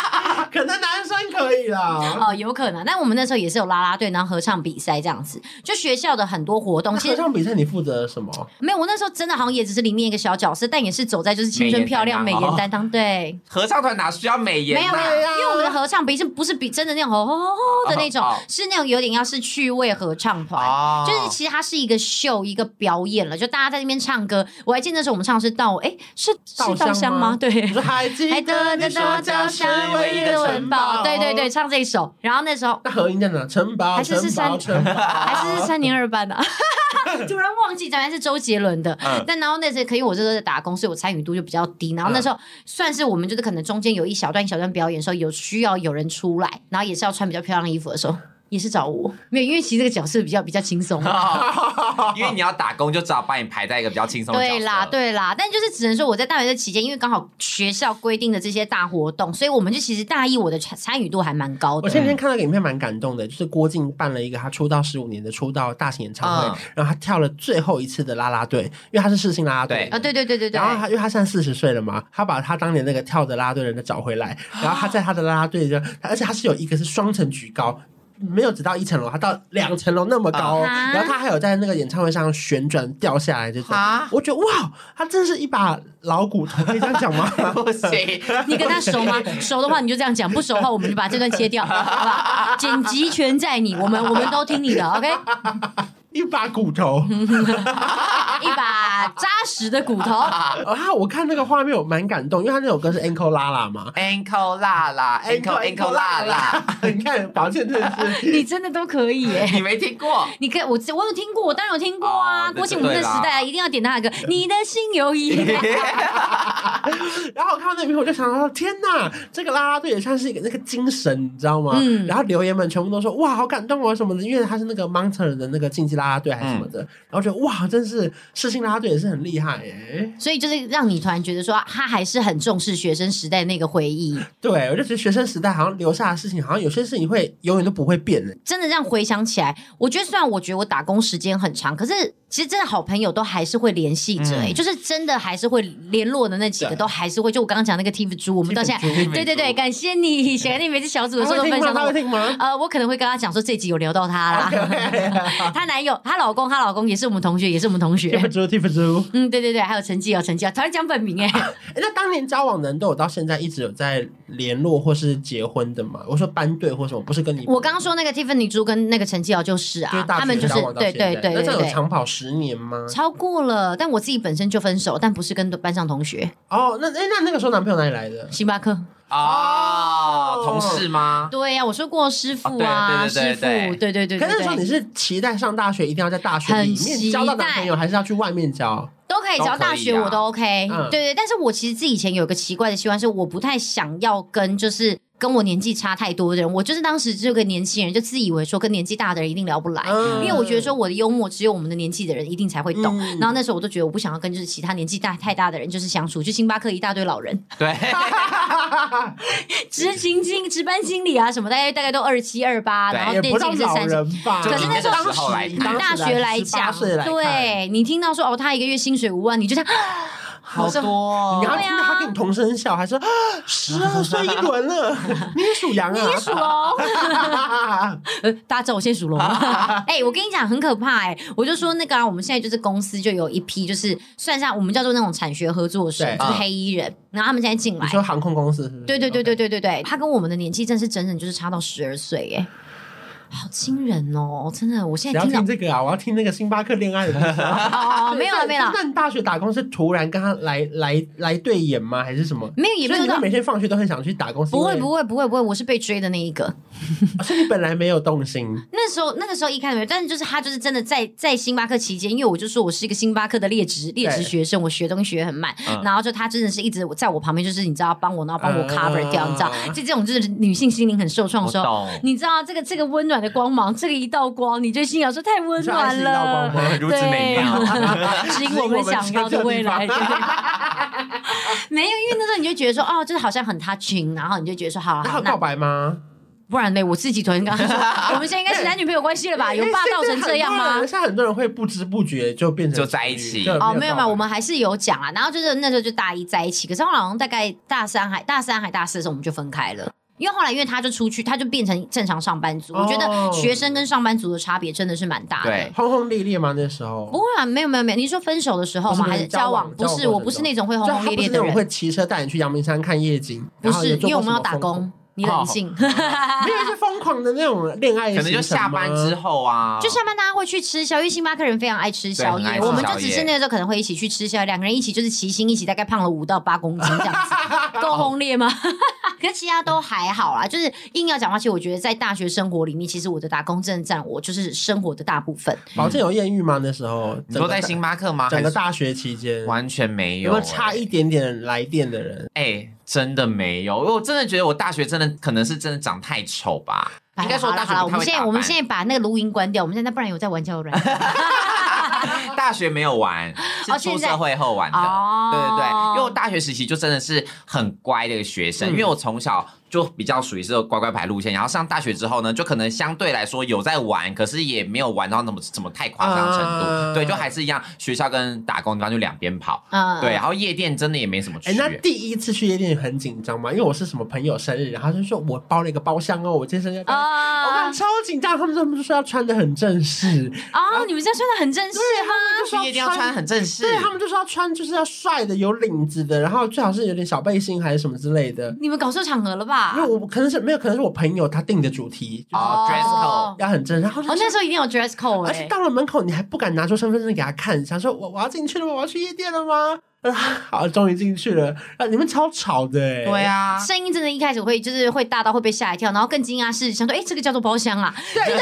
Speaker 1: 可能男生可以啦。
Speaker 4: 哦，有可能。但我们那时候也是有啦啦队，然后合唱比赛这样子，就学校的很多活动。
Speaker 1: 那
Speaker 4: 哦其
Speaker 1: 合
Speaker 4: 实
Speaker 1: 唱比赛你负责什么？
Speaker 4: 没有，我那时候真的好像也只是里面一个小角色，但也是走在就是青春漂亮、
Speaker 2: 美
Speaker 4: 美
Speaker 2: 颜担当
Speaker 4: 颜担当。对，
Speaker 2: 合唱团哪需要美颜
Speaker 4: 没
Speaker 2: 啊？
Speaker 4: 有没有，
Speaker 1: 对啊
Speaker 4: 因为我们的合唱比是不是比真的那种吼吼吼吼的那种
Speaker 2: 哦哦，
Speaker 4: 是那种有点要是趣味合唱团。
Speaker 2: 哦
Speaker 4: 就是其实它是一个秀，一个表演了，就大家在那边唱歌。我还记得那时候我们唱的是稻，哎，是是
Speaker 1: 稻
Speaker 4: 稻
Speaker 1: 香
Speaker 4: 香吗
Speaker 1: 吗？
Speaker 4: 对，
Speaker 1: 你说还记
Speaker 4: 还
Speaker 1: 得
Speaker 4: 得
Speaker 1: 你
Speaker 4: 得
Speaker 1: 说
Speaker 4: 到
Speaker 1: 家
Speaker 4: 稻
Speaker 1: 是
Speaker 4: 香
Speaker 1: 唯
Speaker 4: 唯
Speaker 1: 一
Speaker 4: 一
Speaker 1: 的
Speaker 4: 的
Speaker 1: 城
Speaker 4: 城
Speaker 1: 堡？
Speaker 4: 堡，对对对，。唱这一首。然后那时候
Speaker 1: 那合音在哪？城堡，
Speaker 4: 还是是
Speaker 1: 城堡，城
Speaker 4: 三
Speaker 1: 堡，
Speaker 4: 还是三年二班的、啊。 突然忘记，原来是周杰伦的。
Speaker 2: 嗯
Speaker 4: 但然后那时候，可以我这时候在打工，所以我参与度就比较低。然后那时候、算是我们就是可能中间有一小段一小段表演的时候，有需要有人出来，然后也是要穿比较漂亮的衣服的时候， 也是找我。没有，因为其实这个角色比较比较轻松啊 嘛。
Speaker 2: 哦 因为你要打工，就只好把你排在一个比较轻松的角色
Speaker 4: 对啦，，对啦，但就是只能说我在大学的期间，因为刚好学校规定的这些大活动，所以我们就其实大一我的参参与度还蛮高
Speaker 1: 我
Speaker 4: 的。
Speaker 1: 前几天看到一个影片蛮感动的，就是郭靖办了一个他出道十五年的出道大型演唱会，
Speaker 2: 嗯
Speaker 1: 然后他跳了最后一次的啦啦队，因为他是世新啦啦队
Speaker 2: 对
Speaker 4: 啊，。对对对对对，
Speaker 1: 然后他，因为他现在四十岁了嘛，他把他当年那个跳的啦啦队人的找回来，
Speaker 4: 啊
Speaker 1: 然后他在他的啦啦队就，他而且他是有一个是双层举高，没有只到一层楼，他到两层楼那么高哦，
Speaker 4: 啊
Speaker 1: 然后他还有在那个演唱会上旋转掉下来这种
Speaker 2: 啊，
Speaker 1: 我觉得哇，他真是一把老骨头，可以这样讲吗？
Speaker 2: 不行，
Speaker 4: 你跟他 熟吗？熟的话你就这样讲，不熟的话我们就把这段切掉，好不好？剪辑权在你，我们我们都听你的，OK？
Speaker 1: 一把骨头，
Speaker 4: 一把扎实的骨头。
Speaker 1: 啊，我看那个画面我蛮感动，因为他那首歌是 Ankle 拉拉嘛
Speaker 2: ankle 辣辣，ankle ankle 辣辣，。
Speaker 1: 你看，宝剑真的是
Speaker 4: 你真的都可以耶、
Speaker 2: 你没听过？
Speaker 4: 你看我我有听过，我当然有听过啊。
Speaker 2: 哦
Speaker 4: 郭庆我们
Speaker 2: 对
Speaker 4: 这
Speaker 2: 对啦
Speaker 4: 时代啊，一定要点他的 歌《你的心有一》。
Speaker 1: 然后我看到那篇，我就想到，天哪，这个啦啦队也算是一个那个精神，你知道吗？
Speaker 4: 嗯
Speaker 1: 然后留言们全部都说哇，好感动哦什么的，因为他是那个 Monster 的那个竞技啦啦队还是什么
Speaker 4: 嗯
Speaker 1: 的，然后觉得哇，真是世新啦啦队也是很厉害耶。
Speaker 4: 所以就是让你突然觉得说，他还是很重视学生时代那个回忆，
Speaker 1: 对，我就觉得学生时代好像留下的事情，好像有些事情会永远都不会变的。
Speaker 4: 真的让回想起来，我觉得虽然我觉得我打工时间很长，可是其实真的好朋友都还是会联系着、
Speaker 2: 嗯
Speaker 4: 欸就是真的还是会联络的那几个
Speaker 1: 对
Speaker 4: 都还是会，就我刚刚讲那个 Tiff 猪，我们到现在，对对对，，感谢你，感谢你每次小组的
Speaker 1: 他
Speaker 4: 时候
Speaker 1: 会
Speaker 4: 都
Speaker 1: 听
Speaker 4: 分
Speaker 1: 吗？
Speaker 4: 享
Speaker 1: 他会
Speaker 4: 到。
Speaker 1: 听吗？
Speaker 4: 呃，我可能会跟他讲说这集有聊到 他啦 她男友、她老公、她老公也是我们同学，也是我们同
Speaker 1: 听不
Speaker 4: 学。
Speaker 1: 出，听不出。
Speaker 4: 嗯，对对对，还有陈绩哦，陈绩哦，突然讲本
Speaker 1: 啊
Speaker 4: 名哎、
Speaker 1: 诶那当年交往的人都有到现在一直有在联络或是结婚的吗？我说班队或什么，不是跟你
Speaker 4: 我刚刚说那个 Tiffany 猪跟那个陈绩哦就是
Speaker 1: 就
Speaker 4: 啊
Speaker 1: 是，大
Speaker 4: 他们
Speaker 1: 学
Speaker 4: 就是
Speaker 1: 交往到
Speaker 4: 对
Speaker 1: 现在
Speaker 4: 对对
Speaker 1: 那
Speaker 4: 对
Speaker 1: 这样有
Speaker 4: 对，
Speaker 1: 长跑十年吗？
Speaker 4: 超过了。但我自己本身就分手，但不是跟班上同学，
Speaker 1: 哦，那哎，那那个时候男朋友哪里来的？
Speaker 4: 星巴克。
Speaker 2: 哦，同事吗？
Speaker 4: 对呀、我说过师傅啊，
Speaker 2: 哦对对对
Speaker 4: 师傅，
Speaker 2: 对
Speaker 4: 对对对对
Speaker 1: 可是那时候你
Speaker 4: 对，
Speaker 1: 是期待上大学一定要在大学里
Speaker 4: 很
Speaker 1: 面
Speaker 4: 期
Speaker 1: 交到男
Speaker 4: 待
Speaker 1: 朋友，还是要去外面交？
Speaker 4: 都可以，
Speaker 2: 都
Speaker 4: 只要
Speaker 2: 可
Speaker 4: 大
Speaker 2: 以
Speaker 4: 学
Speaker 2: 啊
Speaker 4: 我都 OK、
Speaker 1: 嗯
Speaker 4: 对对，但是我其实自己以前有一个奇怪的习惯，是我不太想要跟就是。跟我年纪差太多的人，我就是当时这个年轻人，就自以为说跟年纪大的人一定聊不来，
Speaker 1: 嗯
Speaker 4: 因为我觉得说我的幽默只有我们的年纪的人一定才会懂。
Speaker 1: 嗯
Speaker 4: 然后那时候我都觉得我不想要跟就是其他年纪大太大的人就是相处，去星巴克一大堆老人，
Speaker 2: 对，
Speaker 4: 执行经值班经理啊什么，大概大概都二七二八，
Speaker 2: 对
Speaker 4: 然后
Speaker 1: 也
Speaker 4: 店
Speaker 1: 不
Speaker 4: 经
Speaker 1: 到
Speaker 4: 理是
Speaker 1: 老
Speaker 4: 三十。
Speaker 1: 人吧？
Speaker 2: 就
Speaker 4: 可是那时候
Speaker 1: 当
Speaker 2: 时候来
Speaker 1: 以
Speaker 2: 看
Speaker 1: 当时
Speaker 4: 大学来
Speaker 1: 18
Speaker 4: 讲，
Speaker 1: 岁来看，
Speaker 4: 对你听到说哦，他一个月薪水五万，你就这样，
Speaker 2: 好多
Speaker 1: 你要
Speaker 2: 哦。
Speaker 1: 听到他跟你同声笑，还说十二岁一轮 了，你也属羊啊？
Speaker 4: 啊你属龙，呃，大家知道我现在属 龙吗？哎、我跟你讲，很可怕哎、我就说那个啊，我们现在就是公司就有一批，就是算上我们叫做那种产学合作社，
Speaker 1: 对啊
Speaker 4: 就是
Speaker 2: 嗯
Speaker 4: 黑衣人，然后他们现在 进
Speaker 1: 你
Speaker 4: 来。
Speaker 1: 说航空公司是不是？
Speaker 4: 对对对对对对对，他跟我们的年纪真是整整就是差到十二岁耶，好惊人哦！真的，我现
Speaker 1: 不
Speaker 4: 在
Speaker 1: 要
Speaker 4: 听到
Speaker 1: 听这个啊！我要听那个星巴克恋爱的故事啊。
Speaker 4: 哦，没有了没有了，
Speaker 1: 那你大学打工是突然跟他来来来对眼吗？还是什么？
Speaker 4: 没有也没
Speaker 1: 所以
Speaker 4: 有
Speaker 1: 你会
Speaker 4: 到，
Speaker 1: 每天放学都很想去打工？
Speaker 4: 不会不
Speaker 1: 会，
Speaker 4: 会不会不会，我是被追的那一个。
Speaker 1: 哦所以你本来没有动 心。
Speaker 4: 那时候那个时候一开始没有，但是就是他就是真的在在星巴克期间，因为我就说我是一个星巴克的劣质劣质学生，我学东西学很慢，
Speaker 2: 嗯
Speaker 4: 然后就他真的是一直在我旁边，就是你知道帮我，然后帮我
Speaker 1: 嗯
Speaker 4: cover 掉，你知道，就这种就是女性心灵很受创的时候。
Speaker 2: 懂，
Speaker 4: 你知道这个这个温暖的光芒，这个一道光，你就心想说太温
Speaker 1: 你
Speaker 4: 暖
Speaker 1: 说爱是一道光
Speaker 4: 了
Speaker 1: 吗，
Speaker 2: 如此美妙。
Speaker 4: 对，指引我们想要的未来。
Speaker 1: 指引我们想
Speaker 4: 没有，因为那时候你就觉得说，哦，就是好像很 touching，然后你就觉得说，好了，
Speaker 1: 那
Speaker 4: 好
Speaker 1: 他
Speaker 4: 那
Speaker 1: 告白吗？
Speaker 4: 不然呢？我自己昨天 刚刚说，我们现在应该是男女朋友关系了
Speaker 2: 哎
Speaker 4: 吧？有霸道成这样吗
Speaker 1: 因哎为现在很多人？现在很多人会不知不觉就变成
Speaker 2: 就在一起
Speaker 1: 就
Speaker 4: 哦，没有
Speaker 1: 告
Speaker 4: 嘛，
Speaker 1: 白
Speaker 4: 我们还是有讲啊。然后就是那时候就大一在一起，可是后来好像大概大三还大三还大四的时候我们就分开了。因为后来，因为他就出去，他就变成正常上班族。
Speaker 1: 哦
Speaker 4: 我觉得学生跟上班族的差别真的是蛮大的
Speaker 2: 对。
Speaker 1: 轰轰烈烈吗？那时候
Speaker 4: 不会啊，没有没有没有，你说分手的时候吗？
Speaker 1: 不是
Speaker 4: 还是交往？
Speaker 1: 交
Speaker 4: 不
Speaker 1: 往
Speaker 4: 是，我不是那种会轰
Speaker 1: 就
Speaker 4: 轰
Speaker 1: 他
Speaker 4: 烈
Speaker 1: 不
Speaker 4: 烈
Speaker 1: 是那
Speaker 4: 的
Speaker 1: 种
Speaker 4: 人，
Speaker 1: 会骑车带你去阳明山看夜景，
Speaker 4: 不
Speaker 1: 然后也
Speaker 4: 是，
Speaker 1: 做过
Speaker 4: 因为我们
Speaker 1: 什
Speaker 4: 要
Speaker 1: 么
Speaker 4: 打
Speaker 1: 疯狂
Speaker 4: 工，，你冷静。
Speaker 1: 没有是疯狂的那种恋爱，
Speaker 2: 可能就下班之。后啊，
Speaker 4: 就下班大家会去吃宵夜，因为星巴克人非常爱吃宵
Speaker 2: 对很爱
Speaker 4: 夜，
Speaker 2: 吃
Speaker 4: 我们就
Speaker 2: 宵夜
Speaker 4: 只是那个时候可能会一起去吃宵夜，两个人一起就是齐心一起，大概胖了五到八公斤这样 子，够轰烈吗？可是其他都还好啦，就是硬要讲话，其实我觉得在大学生活里面，其实我的打工真的占我就是生活的大部分。
Speaker 1: 保健有艳遇吗？那时候
Speaker 2: 你说在星巴克吗？
Speaker 1: 整个
Speaker 2: 还是
Speaker 1: 大学期间，
Speaker 2: 完全没
Speaker 1: 有
Speaker 2: 有
Speaker 1: 没有
Speaker 2: 欸，
Speaker 1: 差一点点来电的人？
Speaker 2: 哎、真的没有，因为我真的觉得我大学真的可能是真的长太丑吧。 应该说
Speaker 4: 哎好
Speaker 2: 大
Speaker 4: 啦
Speaker 2: 学
Speaker 4: 好啦，
Speaker 2: 不
Speaker 4: 我
Speaker 2: 太
Speaker 4: 们
Speaker 2: 会打
Speaker 4: 现在
Speaker 2: 扮
Speaker 4: 我们现在把那个录音关掉，我们现在不然有在玩交友软件
Speaker 2: 大学没有玩，是
Speaker 4: 哦
Speaker 2: 出
Speaker 4: 现在
Speaker 2: 社会后玩的。
Speaker 4: 哦
Speaker 2: 对对对，因为我大学时期就真的是很乖的一个学生，
Speaker 1: 嗯
Speaker 2: 因为我从小就比较属于是乖乖牌路线，然后上大学之后呢，就可能相对来说有在玩，可是也没有玩到那么怎么太夸张的程度，
Speaker 1: 啊
Speaker 2: 对，就还是一样，学校跟打工地方就两边跑。
Speaker 4: 嗯，
Speaker 2: 对，啊然后夜店真的也没什么区
Speaker 1: 哎、那
Speaker 2: 别。
Speaker 1: 第一次去夜店很紧张吗？因为我是什么朋友生日，然后他就说我包了一个包厢哦，我今天生日要包。我
Speaker 4: 啊
Speaker 1: 看超紧张，他们他们就说要穿的很正式，
Speaker 4: 啊，你们这样穿的很正式 吗？
Speaker 2: 啊去夜店要穿很正式，
Speaker 1: 对他们就说要穿就是要帅的、有领子的，然后最好是有点小背心还是什么之类的。
Speaker 2: 嗯
Speaker 4: 你们搞错场合了吧？吧？
Speaker 1: 因为我可能是没有，可能是我朋友他定的主题，就是
Speaker 2: 哦，dress code
Speaker 4: 哦
Speaker 1: 要很正，然后就
Speaker 4: 哦，那时候一定有 dress code
Speaker 1: 而且
Speaker 4: 哎、
Speaker 1: 到了门口，你还不敢拿出身份证给他看，想说我我要进去了吗？我要去夜店了吗？ 啊，好，终于进去了。啊，你们超吵的、欸，
Speaker 2: 对，啊，
Speaker 4: 声音真的一开始会就是会大到会被吓一跳，然后更惊讶是想说，哎、这个叫做包厢啊，
Speaker 1: 对，
Speaker 4: 你就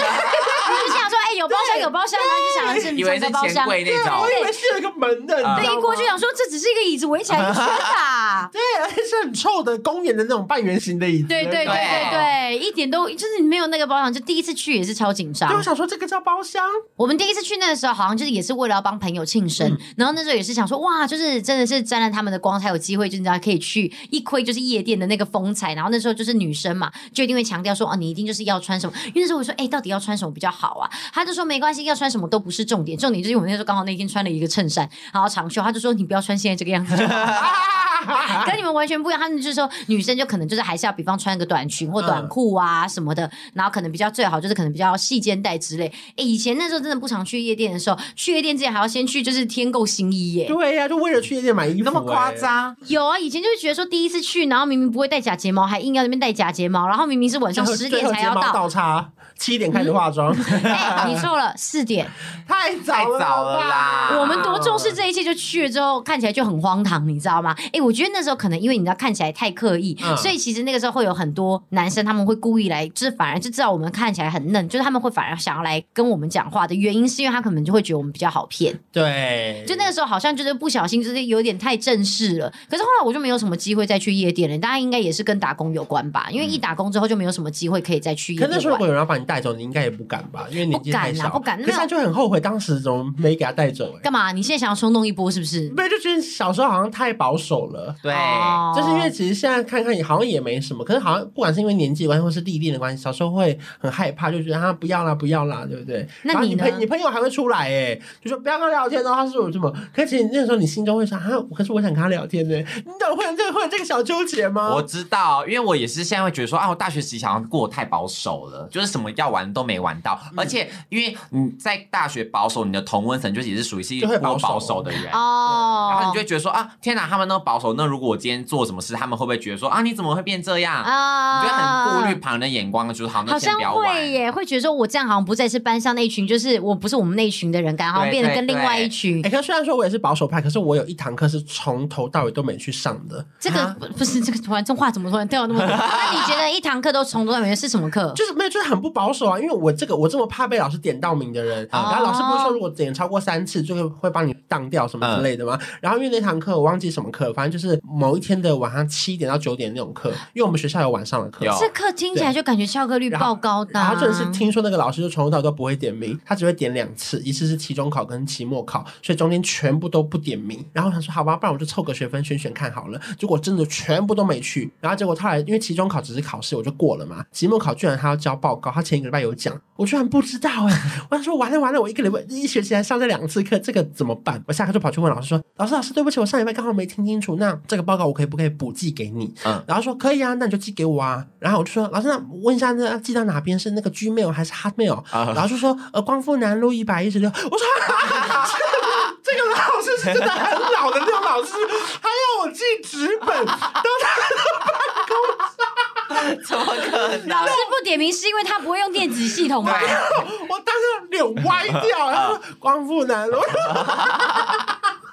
Speaker 4: 想说，哎、有包厢有包厢，然后 就想
Speaker 2: 以
Speaker 4: 要
Speaker 2: 为
Speaker 4: 是
Speaker 2: 是
Speaker 4: 找个包
Speaker 2: 钱
Speaker 4: 厢，
Speaker 2: 柜那
Speaker 1: 对，我
Speaker 2: 种，
Speaker 1: 以为是有一个门的，
Speaker 2: 啊
Speaker 1: 你知
Speaker 4: 对，
Speaker 1: 道
Speaker 4: 一
Speaker 1: 吗，
Speaker 4: 过去想说，这只是一个椅子围起来一圈的啊
Speaker 1: 对，而且是很臭的公园的那种半圆形的椅子，
Speaker 4: 对对对对对，一点都就是你没有那个包厢，就第一次去也是超紧张
Speaker 1: 对，。我想说这个叫包厢，
Speaker 4: 我们第一次去那个时候，好像就是也是为了要帮朋友庆生，然后那时候也是想说，哇，就是真的是沾了他们的光，才有机会，就你知道可以去一窥就是夜店的那个风采。然后那时候就是女生嘛，就一定会强调说，哦，你一定就是要穿什么。因为那时候我说，哎、到底要穿什么比较好啊？他就说没关系，要穿什么都不是重点，重点就是我那时候刚好那天穿了一个衬衫，然后长袖，他就说你不要穿现在这个样子就好。 跟你们完全不一样，他们就是说女生就可能就是还是要，比方穿个短裙或短裤啊什么的，然后可能比较最好就是可能比较细肩带之类。哎、以前那时候真的不常去夜店的时候，去夜店之前还要先去就是添购新衣耶。
Speaker 1: 对啊呀、就为了去夜店买衣服、哎
Speaker 2: 那么夸？张，
Speaker 4: 有啊，以前就是觉得说第一次去，然后明明不会戴假睫毛，还硬要那边戴假睫毛，然后明明是晚上十点才要
Speaker 1: 最后睫毛
Speaker 4: 到，
Speaker 1: 倒插，七点开始化 妆，
Speaker 4: 哎、你错了，四点。
Speaker 1: 太早
Speaker 2: 太早了
Speaker 1: 吧
Speaker 2: 啦
Speaker 4: 我们多重视这一切，就去了之后看起来就很荒唐，你知道吗？哎、我觉得那时候可能因为你知道看起来太刻意，
Speaker 1: 嗯
Speaker 4: 所以其实那个时候会有很多男生他们会故意来，就是反而就知道我们看起来很嫩，就是他们会反而想要来跟我们讲话的原因，是因为他可能就会觉得我们比较好骗。
Speaker 1: 对，
Speaker 4: 就那个时候好像就是不小心就是有点太正式了，可是后来我就没有什么机会再去夜店了。大家应该也是跟打工有关吧？因为一打工之后就没有什么机会可以再去
Speaker 1: 嗯
Speaker 4: 夜
Speaker 1: 可
Speaker 4: 店
Speaker 1: 那时候如
Speaker 4: 玩。
Speaker 1: 果有人要把你带走，你应该也不敢吧？因为年纪太小，
Speaker 4: 不敢啦不敢
Speaker 1: 可是他就很后悔当时怎么没给他带走、欸，
Speaker 4: 干嘛？你现在想要冲动一波是不是？
Speaker 1: 没有就觉得小时候好像太保守了。
Speaker 2: 对，
Speaker 4: 哦
Speaker 1: 就是因为其实现在看看也好像也没什么，可是好像不管是因为年纪的关系，或是历练的关系，小时候会很害怕，就觉得啊不要啦不要啦，对不对？
Speaker 4: 那
Speaker 1: 然后
Speaker 4: 你
Speaker 1: 你
Speaker 4: 呢
Speaker 1: 朋你朋友还会出来哎、就说不要跟他聊天哦，他是我什么？可是其实那时候你心中会想啊，可是我想跟他聊天呢、你懂会有这个会有这个小纠结吗？
Speaker 2: 我知道，因为我也是现在会觉得说，啊，我大学时期好像过得太保守了，就是什么要玩都没玩到，而且因为你在大学保守，你的同温层就是也是属于是一
Speaker 1: 就会
Speaker 2: 波
Speaker 1: 保守
Speaker 2: 保守的人。
Speaker 4: 哦，
Speaker 2: 然后你就会觉得说啊，天哪，他们那么保守，那如果我今天做什么事，他们会不会觉得说啊，你怎么会变这样？
Speaker 4: 啊
Speaker 2: 你就会很顾虑旁人的眼光，就是啊好，那
Speaker 4: 好
Speaker 2: 先
Speaker 4: 像
Speaker 2: 不要玩。
Speaker 4: 会耶，会觉得说我这样好像不再是班上那一群，就是我不是我们那一群的人，感觉好像
Speaker 2: 对
Speaker 4: 变得
Speaker 2: 对
Speaker 4: 跟另
Speaker 2: 对
Speaker 4: 外一群
Speaker 1: 哎、。可是虽然说我也是保守派，可是我有一堂课是从头到尾都没去上的，
Speaker 4: 这个不不是这个突然这话怎么突然掉那么多？那你觉得一堂课都从多少元是什么课？
Speaker 1: 就是没有，就是很不保守啊。因为我这个我这么怕被老师点到名的人，然后老师不是说如果点超过三次，就是会帮你当掉什么之类的吗？然后因为那堂课我忘记什么课，反正就是某一天的晚上七点到九点那种课，因为我们学校有晚上的课
Speaker 2: 有。
Speaker 4: 这课听起来就感觉翘课率爆高的
Speaker 1: 然
Speaker 4: 啊、
Speaker 1: 后真的是听说那个老师就从头到尾都不会点名，他只会点两次，一次是期中考跟期末考，所以中间全部都不点名。然后他说好吧，不然我就凑个学分选选看好了。结果真的全部都没去，然后结果他来，因为期中考只是考试，我就过了嘛。期末考居然他要交报告，他前一个礼拜有讲，我居然不知道哎、我想说完了完了，我一个礼拜一学期才上这两次课，这个怎么办？我下课就跑去问老师说，老师老师对不起，我上礼拜刚好没听清楚，那这个报告我可以不可以补寄给你？然后说可以啊，那你就寄给我啊。然后我就说老师，那问一下那要寄到哪边是那个 Gmail 还是 Hotmail？、
Speaker 2: 啊
Speaker 1: 然后就说呃光复南路一百一十六。我说、啊、这个老师是真的很老的那种老师，还要我寄纸本，都他
Speaker 2: 怎么可能
Speaker 4: 老？师不点名是因为他不会用电子系统吧？
Speaker 1: 我当时脸歪掉，然后说光复南路。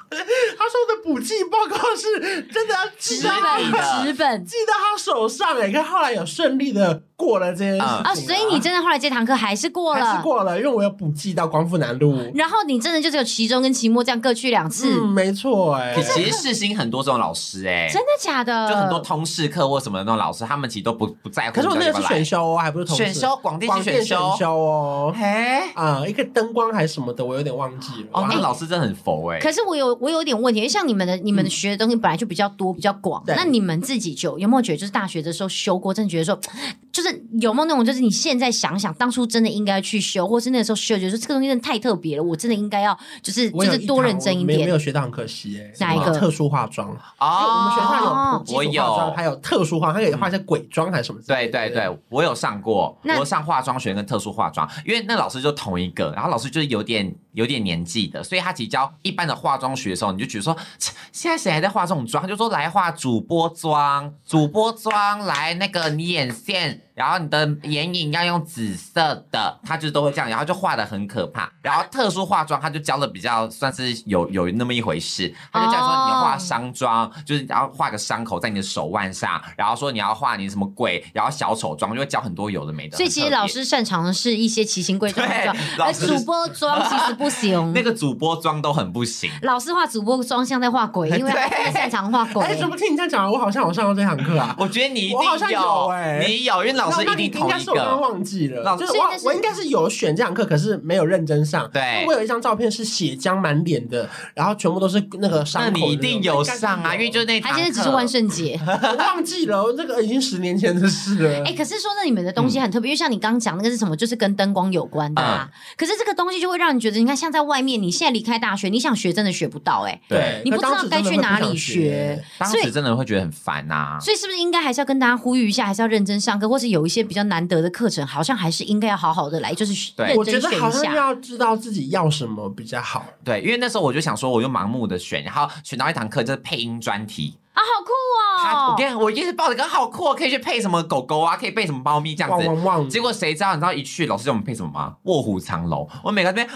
Speaker 1: 他说的补寄报告是真的要寄
Speaker 4: 纸
Speaker 1: 到他
Speaker 2: 是的
Speaker 4: 本，纸本
Speaker 1: 寄到他手上哎、欸，可是后来有顺利的过了这件事情
Speaker 2: 啊
Speaker 4: 啊！所以你真的后来这堂课还是过
Speaker 1: 还是
Speaker 4: 了，
Speaker 1: 过了，因为我有补寄到光复南路。
Speaker 4: 然后你真的就只有期中跟期末这样各去两次，
Speaker 1: 嗯，没错哎、
Speaker 2: 其实世新很多这种老师哎、
Speaker 4: 真的假的？
Speaker 2: 就很多通识课或什么的那种老师，他们其实都不不在乎。
Speaker 1: 可是我那个是选
Speaker 2: 修，
Speaker 1: 修哦，还不是同事
Speaker 2: 选修广电
Speaker 1: 广
Speaker 2: 系
Speaker 1: 电
Speaker 2: 选
Speaker 1: 选
Speaker 2: 修，
Speaker 1: 修哦。
Speaker 2: 哎，
Speaker 1: 啊、一个灯光还是什么的，我有点忘记了。
Speaker 2: 哦，那
Speaker 1: 哇
Speaker 2: 老师真的很佛哎、
Speaker 4: 可是我有我有点问题，因为像你们的你们的学的东西本来就比较多比较广，
Speaker 1: 嗯对
Speaker 4: 那你们自己就有没有觉得就是大学的时候修过，真的觉得说就是有没有那种，就是你现在想想，当初真的应该去修，或是那时候修，觉得说这个东西真的太特别了，我真的应该要就是
Speaker 1: 我
Speaker 4: 就
Speaker 1: 有
Speaker 4: 是
Speaker 1: 一
Speaker 4: 多
Speaker 1: 堂
Speaker 4: 认真
Speaker 1: 我
Speaker 4: 一
Speaker 1: 没没有
Speaker 4: 点。
Speaker 1: 学到很可惜哎、
Speaker 4: 哪一
Speaker 1: 什
Speaker 4: 个
Speaker 1: 么特殊化妆，
Speaker 2: 哦
Speaker 1: 因为我们学校有普
Speaker 2: 我
Speaker 1: 及化妆，
Speaker 2: 有
Speaker 1: 还。有特殊化，它可以画一些鬼妆还是什么之
Speaker 2: 对
Speaker 1: 类的？
Speaker 2: 对对，我有上过，
Speaker 4: 那
Speaker 2: 我上化妆学跟特殊化妆，因为那老师就同一个，然后老师就是有点有点年纪的，所以他其实教一般的化妆学的时候，你就觉得说，切现在谁还在化这种妆？他就说来化主播妆，主播妆来那个你眼线，然后你的眼影要用紫色的，他就都会这样，然后就画的很可怕。然后特殊化妆他就教的比较算是有有那么一回事，他就叫你说你要画
Speaker 4: 哦
Speaker 2: 伤妆，就是然后画个伤口在你的手腕上，然后说你要画你什么鬼，然后小丑妆，就会教很多有的没的。
Speaker 4: 所以其实
Speaker 2: 很特别
Speaker 4: 老师擅长的是一些奇形怪状的妆
Speaker 2: 对，
Speaker 4: 而
Speaker 2: 老师
Speaker 4: 呃主播妆其实不 行。
Speaker 2: 那个主播妆都很不行，
Speaker 4: 老师画主播妆像在画鬼，因为他
Speaker 2: 对
Speaker 4: 太擅长画鬼
Speaker 1: 哎、
Speaker 4: 了。
Speaker 1: 怎么听你这样讲，我好像有上过这堂课啊？
Speaker 2: 我觉得你一
Speaker 1: 我好
Speaker 2: 定
Speaker 1: 像有欸
Speaker 2: 你有，因为老师
Speaker 1: 那
Speaker 2: 一
Speaker 1: 那
Speaker 2: 定
Speaker 1: 你
Speaker 2: 同
Speaker 1: 应该
Speaker 2: 一
Speaker 1: 是我刚刚
Speaker 2: 个。
Speaker 1: 忘记了，
Speaker 2: 老
Speaker 1: 就
Speaker 2: 师
Speaker 1: 是
Speaker 4: 所以
Speaker 1: 我
Speaker 4: 那是
Speaker 1: 我应该是有选这堂课，可是没有认真上。
Speaker 2: 对
Speaker 1: 我有一张照片是血浆满脸的，然后全部都是那个伤
Speaker 2: 那
Speaker 1: 口的
Speaker 2: 你
Speaker 1: 种。
Speaker 2: 一定有上啊，
Speaker 1: 应该是有
Speaker 2: 因为就是那堂
Speaker 4: 他
Speaker 2: 课
Speaker 4: 现在只是万圣节。
Speaker 1: 我忘记了，这个已经十年前的事了。
Speaker 4: 哎、可是说那你们的东西很特别，因为像你刚讲那个是什么，就是跟灯光有关的、啊。可是这个东西就会让你觉得，你看像在外面，你现在离开大学，你想学真的学不到哎、
Speaker 1: 对，
Speaker 4: 你不知道
Speaker 1: 那当时真的
Speaker 4: 该去哪里
Speaker 1: 会不想
Speaker 4: 学
Speaker 1: 学。
Speaker 2: 当
Speaker 4: 所以
Speaker 2: 时真的会觉得很烦啊呐、
Speaker 4: 所以是不是应该还是要跟大家呼吁一下，还是要认真上课，或是有一些比较难得的课程，好像还是应该要好好的来，就是
Speaker 2: 对
Speaker 4: 认
Speaker 1: 我觉
Speaker 4: 真
Speaker 1: 得
Speaker 4: 选
Speaker 1: 好
Speaker 4: 一
Speaker 1: 像
Speaker 4: 下。
Speaker 1: 要知道自己要什么比较好。
Speaker 2: 对，因为那时候我就想说，我就盲目的选，然后选到一堂课就是配音专题。
Speaker 4: 啊，好
Speaker 2: 他，我
Speaker 4: 酷哦！
Speaker 2: 跟你讲我一定是抱着一个好酷哦，可以去配什么狗狗啊，可以配什么猫咪这样
Speaker 1: 汪
Speaker 2: 子。
Speaker 1: 汪汪！
Speaker 2: 结果谁知道？你知道一去，老师叫我们配什么吗？卧虎藏龙。我每个这边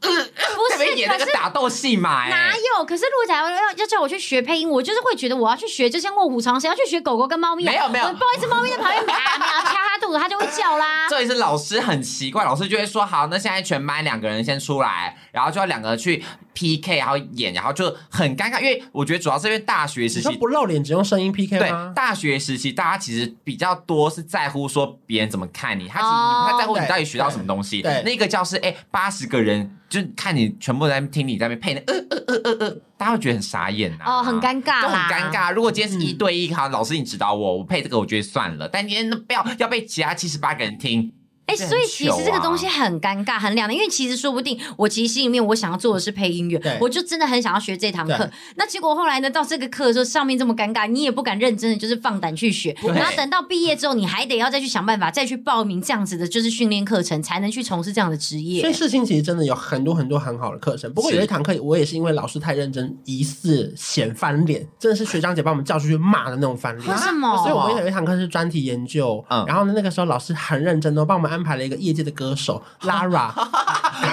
Speaker 4: 不
Speaker 2: 特
Speaker 4: 是，
Speaker 2: 别演那
Speaker 4: 可
Speaker 2: 个
Speaker 4: 是
Speaker 2: 打斗戏嘛、
Speaker 4: 哪
Speaker 2: 哎，
Speaker 4: 有？可是如果假如要要叫我去学配音，我就是会觉得我要去学，就像卧虎藏蛇要去学狗狗跟猫咪啊。
Speaker 2: 没有没有
Speaker 4: 我抱一只猫咪在旁边喵喵掐它肚子，它就会叫啦。
Speaker 2: 这里是老师很奇怪，老师就会说好，那现在全班两个人先出来，然后就要两个去 PK，然后演，然后就很尴尬，因为我觉得主要是因为大学时
Speaker 1: 你说
Speaker 2: 期
Speaker 1: 不。露脸只用声音 PK
Speaker 2: 对
Speaker 1: 吗，？
Speaker 2: 大学时期大家其实比较多是在乎说别人怎么看你，他其实
Speaker 4: 哦
Speaker 2: 你不太在乎你
Speaker 1: 对
Speaker 2: 到底学到什么东西。
Speaker 1: 对对
Speaker 2: 那个教室哎，八十个人就看你全部在那边听你在那边配那呃呃呃呃呃，大家会觉得很傻眼呐、
Speaker 4: 哦，很尴尬
Speaker 2: 啊就很
Speaker 4: 啦，
Speaker 2: 尴。尬。如果今天是一对一，好，老师你指导我，我配这个我觉得算了。但今天不要要被其他七十八个人听，
Speaker 4: 哎、
Speaker 2: 这很
Speaker 4: 所以其实这个东西
Speaker 2: 糗啊
Speaker 4: 很尴尬、很两难，因为其实说不定我其实心里面我想要做的是配音乐
Speaker 1: 对，
Speaker 4: 我就真的很想要学这堂课
Speaker 1: 对。
Speaker 4: 那结果后来呢，到这个课的时候，上面这么尴尬，你也不敢认真的就是放胆去学，
Speaker 2: 对
Speaker 4: 然后等到毕业之后，你还得要再去想办法，再去报名这样子的就是训练课程，才能去从事这样的职业。
Speaker 1: 所以事情其实真的有很多很多很好的课程，不过
Speaker 2: 是
Speaker 1: 有一堂课我也是因为老师太认真，疑似显翻脸，真的是学长姐把我们叫出去骂的那种翻脸
Speaker 4: 啊为。什么？
Speaker 1: 所以我们有一堂课是专题研究，
Speaker 2: 嗯
Speaker 1: 然后呢，那个时候老师很认真哦，帮我们安排了一个业界的歌手 Lara，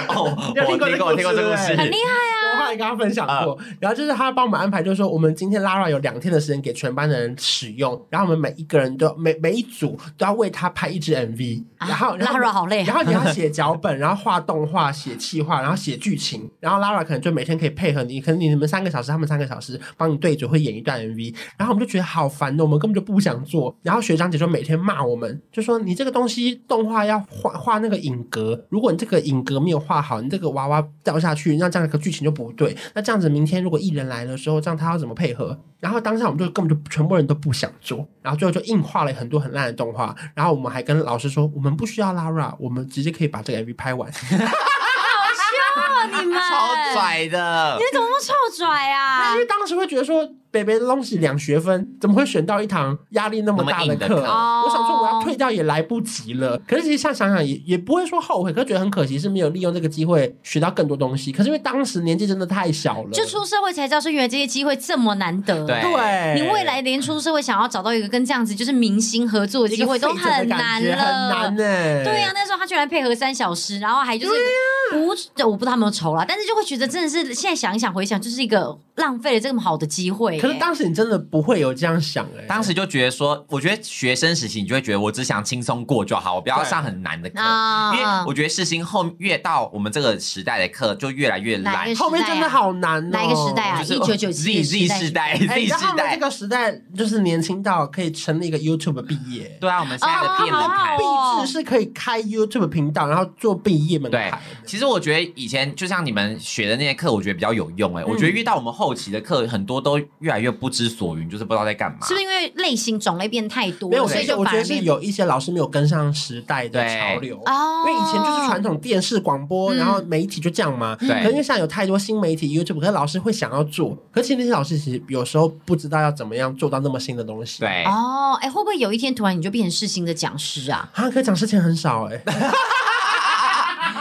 Speaker 2: 哦，
Speaker 1: 有
Speaker 2: 我
Speaker 1: 听过
Speaker 2: 听
Speaker 1: 这
Speaker 2: 过，我听过这
Speaker 1: 故
Speaker 2: 故
Speaker 1: 事
Speaker 2: 事，
Speaker 1: 对
Speaker 4: 很厉害，
Speaker 1: 我后来跟他分享过，
Speaker 4: 嗯
Speaker 1: 然后就是他帮我们安排，就是说我们今天 Lara 有两天的时间给全班的人使用，然后我们每一个人都每每一组都要为他拍一支 MV，
Speaker 4: 啊
Speaker 1: 然后然后
Speaker 4: Lara 好累啊
Speaker 1: 然后 你要写脚本，然后画动画、写企划，然后写剧情，然后 Lara 可能就每天可以配合你，可能你们三个小时，他们三个小时帮你对嘴会演一段 MV，然后我们就觉得好烦哦，我们根本就不想做。然后学长姐就每天骂我们，就说你这个东西动画要画画那个影格，如果你这个影格没有画好，你这个娃娃掉下去，那这样一个剧情就不对。那这样子，明天如果艺人来的时候，这样他要怎么配合？然后当下我们就根本就全部人都不想做，然后最后就硬画了很多很烂的动画。然后我们还跟老师说，我们不需要 Lara，我们直接可以把这个 MV 拍完。
Speaker 4: 好凶啊！你们
Speaker 2: 超，拽的
Speaker 4: 你。们怎么那么臭拽啊
Speaker 1: 因？为当时会觉得说，北北的东西两学分，怎么会选到一堂压力那么大
Speaker 2: 那么硬
Speaker 1: 课？
Speaker 2: 的课
Speaker 4: 哦
Speaker 1: 我想说我要退掉也来不及了。可是其实现在想想也也不会说后悔，可是觉得很可惜是没有利用这个机会学到更多东西。可是因为当时年纪真的太小了，
Speaker 4: 就出社会才知道说原来这些机会这么难得。
Speaker 2: 对
Speaker 1: 对，
Speaker 4: 你未来连出社会想要找到一个跟这样子就是明星合作的
Speaker 1: 一
Speaker 4: 机
Speaker 1: 个
Speaker 4: 会都
Speaker 1: 费着的
Speaker 4: 很
Speaker 1: 感
Speaker 4: 难
Speaker 1: 觉
Speaker 4: 了，
Speaker 1: 很难呢、欸
Speaker 4: 对啊呀、那时候他居然配合三小时，然后还就是无，我不知道他有没有酬啦，但是就会觉得真的是现在想一想回想，就是一个浪费了这么好的机会耶、
Speaker 1: 可是当时你真的不会有这样想哎、
Speaker 2: 当时就觉得说，我觉得学生时期你就会觉得我只想轻松过就好，我不要上很难的课，
Speaker 4: 啊
Speaker 2: 因为我觉得世新后越到我们这个时代的课就越来越
Speaker 4: 哪
Speaker 2: 烂
Speaker 4: 一个，
Speaker 1: 后面真的好难哦、
Speaker 4: 啊哪一个时代啊？
Speaker 2: 就是
Speaker 4: 一九九
Speaker 2: Z
Speaker 4: 七
Speaker 2: Z 世代 Z
Speaker 1: 哎，然后
Speaker 2: 世
Speaker 1: 我们这
Speaker 2: 代，
Speaker 1: 个时代就是年轻到可以成立一个 YouTube 毕业，
Speaker 2: 对啊，我们现在的
Speaker 4: 哦
Speaker 2: 变
Speaker 4: 好
Speaker 2: 门
Speaker 4: 好
Speaker 2: 槛
Speaker 4: 哦。
Speaker 1: 毕制是可以开 YouTube 频道，然后做毕业门槛的。
Speaker 2: 其实我觉得以前就像你们学的那些课，我觉得比较有用哎、
Speaker 1: 嗯
Speaker 2: 我觉得遇到我们后期的课，很多都越来来越不知所云，就是不知道在干嘛。
Speaker 4: 是不是因为类型种类变太多
Speaker 1: 没有，
Speaker 4: 了，
Speaker 1: 所
Speaker 4: 所以
Speaker 1: 以
Speaker 4: 就
Speaker 1: 我觉
Speaker 4: 反
Speaker 1: 得
Speaker 4: 而
Speaker 1: 是
Speaker 4: 变
Speaker 1: 有一些老师没有跟上时代的潮流。
Speaker 4: 哦
Speaker 1: 因，为以前就是传统电视广播，
Speaker 4: 嗯
Speaker 1: 然后媒体就这样嘛。
Speaker 2: 对
Speaker 1: 可是因为现在有太多新媒体 YouTube，可是老师会想要做，可是其实那些老师其实有时候不知道要怎么样做到那么新的东西。
Speaker 2: 对，
Speaker 4: 哦，哎，会不会有一天突然你就变成世新的讲师啊？
Speaker 1: 啊，可讲事情很少哎、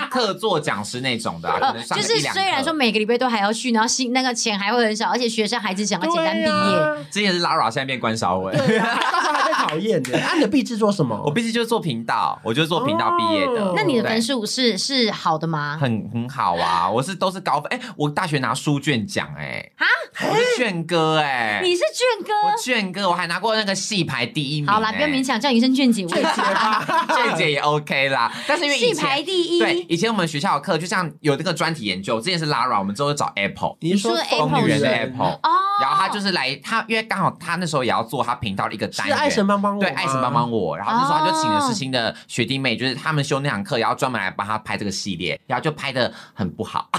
Speaker 2: 特作讲师那种的啊，可
Speaker 4: 呃，
Speaker 2: 能上
Speaker 4: 就
Speaker 2: 个
Speaker 4: 是
Speaker 2: 一两
Speaker 4: 虽然
Speaker 2: 课
Speaker 4: 说每个礼拜都还要去，然后薪那个钱还会很少，而且学生还只想要简单
Speaker 1: 对
Speaker 4: 毕业。
Speaker 1: 啊
Speaker 2: 之前是 Lara，现在变关少文。
Speaker 1: 对啊，到时候还被讨厌的。啊，你的壁纸做什么？
Speaker 2: 我必须就是做频道，我就是做频道毕业的
Speaker 1: 哦。
Speaker 4: 那你的
Speaker 2: 对
Speaker 4: 分数是是好的吗？
Speaker 2: 很很好啊，我是都是高分。哎、我大学拿书卷奖哎、
Speaker 4: 啊
Speaker 2: 我是卷哥哎、
Speaker 4: 你是卷哥？
Speaker 2: 我卷哥，我还拿过那个戏牌第一名、
Speaker 4: 好啦，
Speaker 2: 哎
Speaker 4: 不要勉，强叫你一声卷姐，我也
Speaker 1: 姐吧，
Speaker 2: 卷姐也 OK 啦。但是因为以
Speaker 4: 戏排
Speaker 2: 前
Speaker 4: 第
Speaker 2: 对
Speaker 4: 一。
Speaker 2: 以前我们学校的课，就像有那个专题研究，之前是 Lara，我们之后就找 Apple。
Speaker 1: 你是说
Speaker 4: 你说
Speaker 1: 疯
Speaker 4: Apple
Speaker 2: 女人的
Speaker 1: 人
Speaker 2: Apple，
Speaker 4: 哦，
Speaker 2: 然后他就是来，他因为刚好他那时候也要做他频道的一个
Speaker 1: 是
Speaker 2: 单元，
Speaker 1: 爱神帮帮我吗，
Speaker 2: 对，爱神帮帮我。然后那时候他就请了世新的学弟妹，就是他们修那堂课，然后专门来帮他拍这个系列，然后就拍的很不好。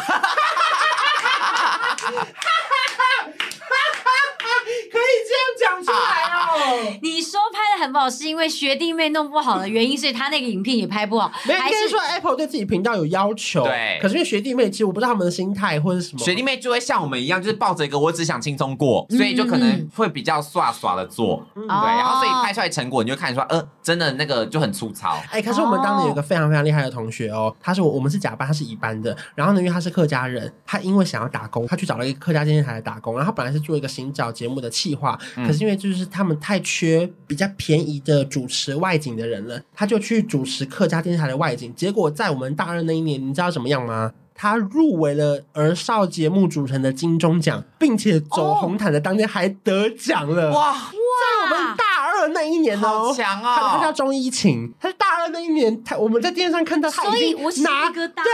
Speaker 1: 可以这样讲出来哦。
Speaker 4: 你说拍的很不好，是因为学弟妹弄不好的原因，所以他那个影片也拍不好，
Speaker 1: 没有，应
Speaker 4: 还
Speaker 1: 该是
Speaker 4: 是
Speaker 1: 说 Apple 对自己频道有要求，
Speaker 2: 对
Speaker 1: 可是因为学弟妹，其实我不知道他们的心态或者是什么。
Speaker 2: 学弟妹就会像我们一样，就是抱着一个我只想轻松过，所以就可能会比较耍耍的做，
Speaker 1: 嗯
Speaker 2: 对，然后所以
Speaker 4: 哦
Speaker 2: 拍出来成果你就看出来，呃，真的那个就很粗糙，
Speaker 1: 哎、可是我们当
Speaker 2: 哦
Speaker 1: 年有一个非常非常厉害的同学哦，他是我我们是甲班，他是乙班的。然后呢，因为他是客家人，他因为想要打工，他去找了一个客家电视台来打工。然后他本来是做一个行脚节目的企划，
Speaker 2: 嗯
Speaker 1: 可是因为就是他们太缺比较便宜的主持外景的人了，他就去主持客家电视台的外景。结果在我们大二那一年，你知道怎么样吗？他入围了儿少节目主持人的金钟奖，并且走
Speaker 4: 哦
Speaker 1: 红毯的当天还得奖了。
Speaker 2: 哇，
Speaker 1: 我们大二那一年哦，
Speaker 2: 好强
Speaker 1: 他他叫
Speaker 2: 哦！
Speaker 1: 钟一晴，他是大二那一年，他我们在电视上看到他
Speaker 4: 所
Speaker 1: 已
Speaker 4: 以
Speaker 1: 经
Speaker 4: 我起鸡
Speaker 1: 拿
Speaker 4: 皮疙瘩欸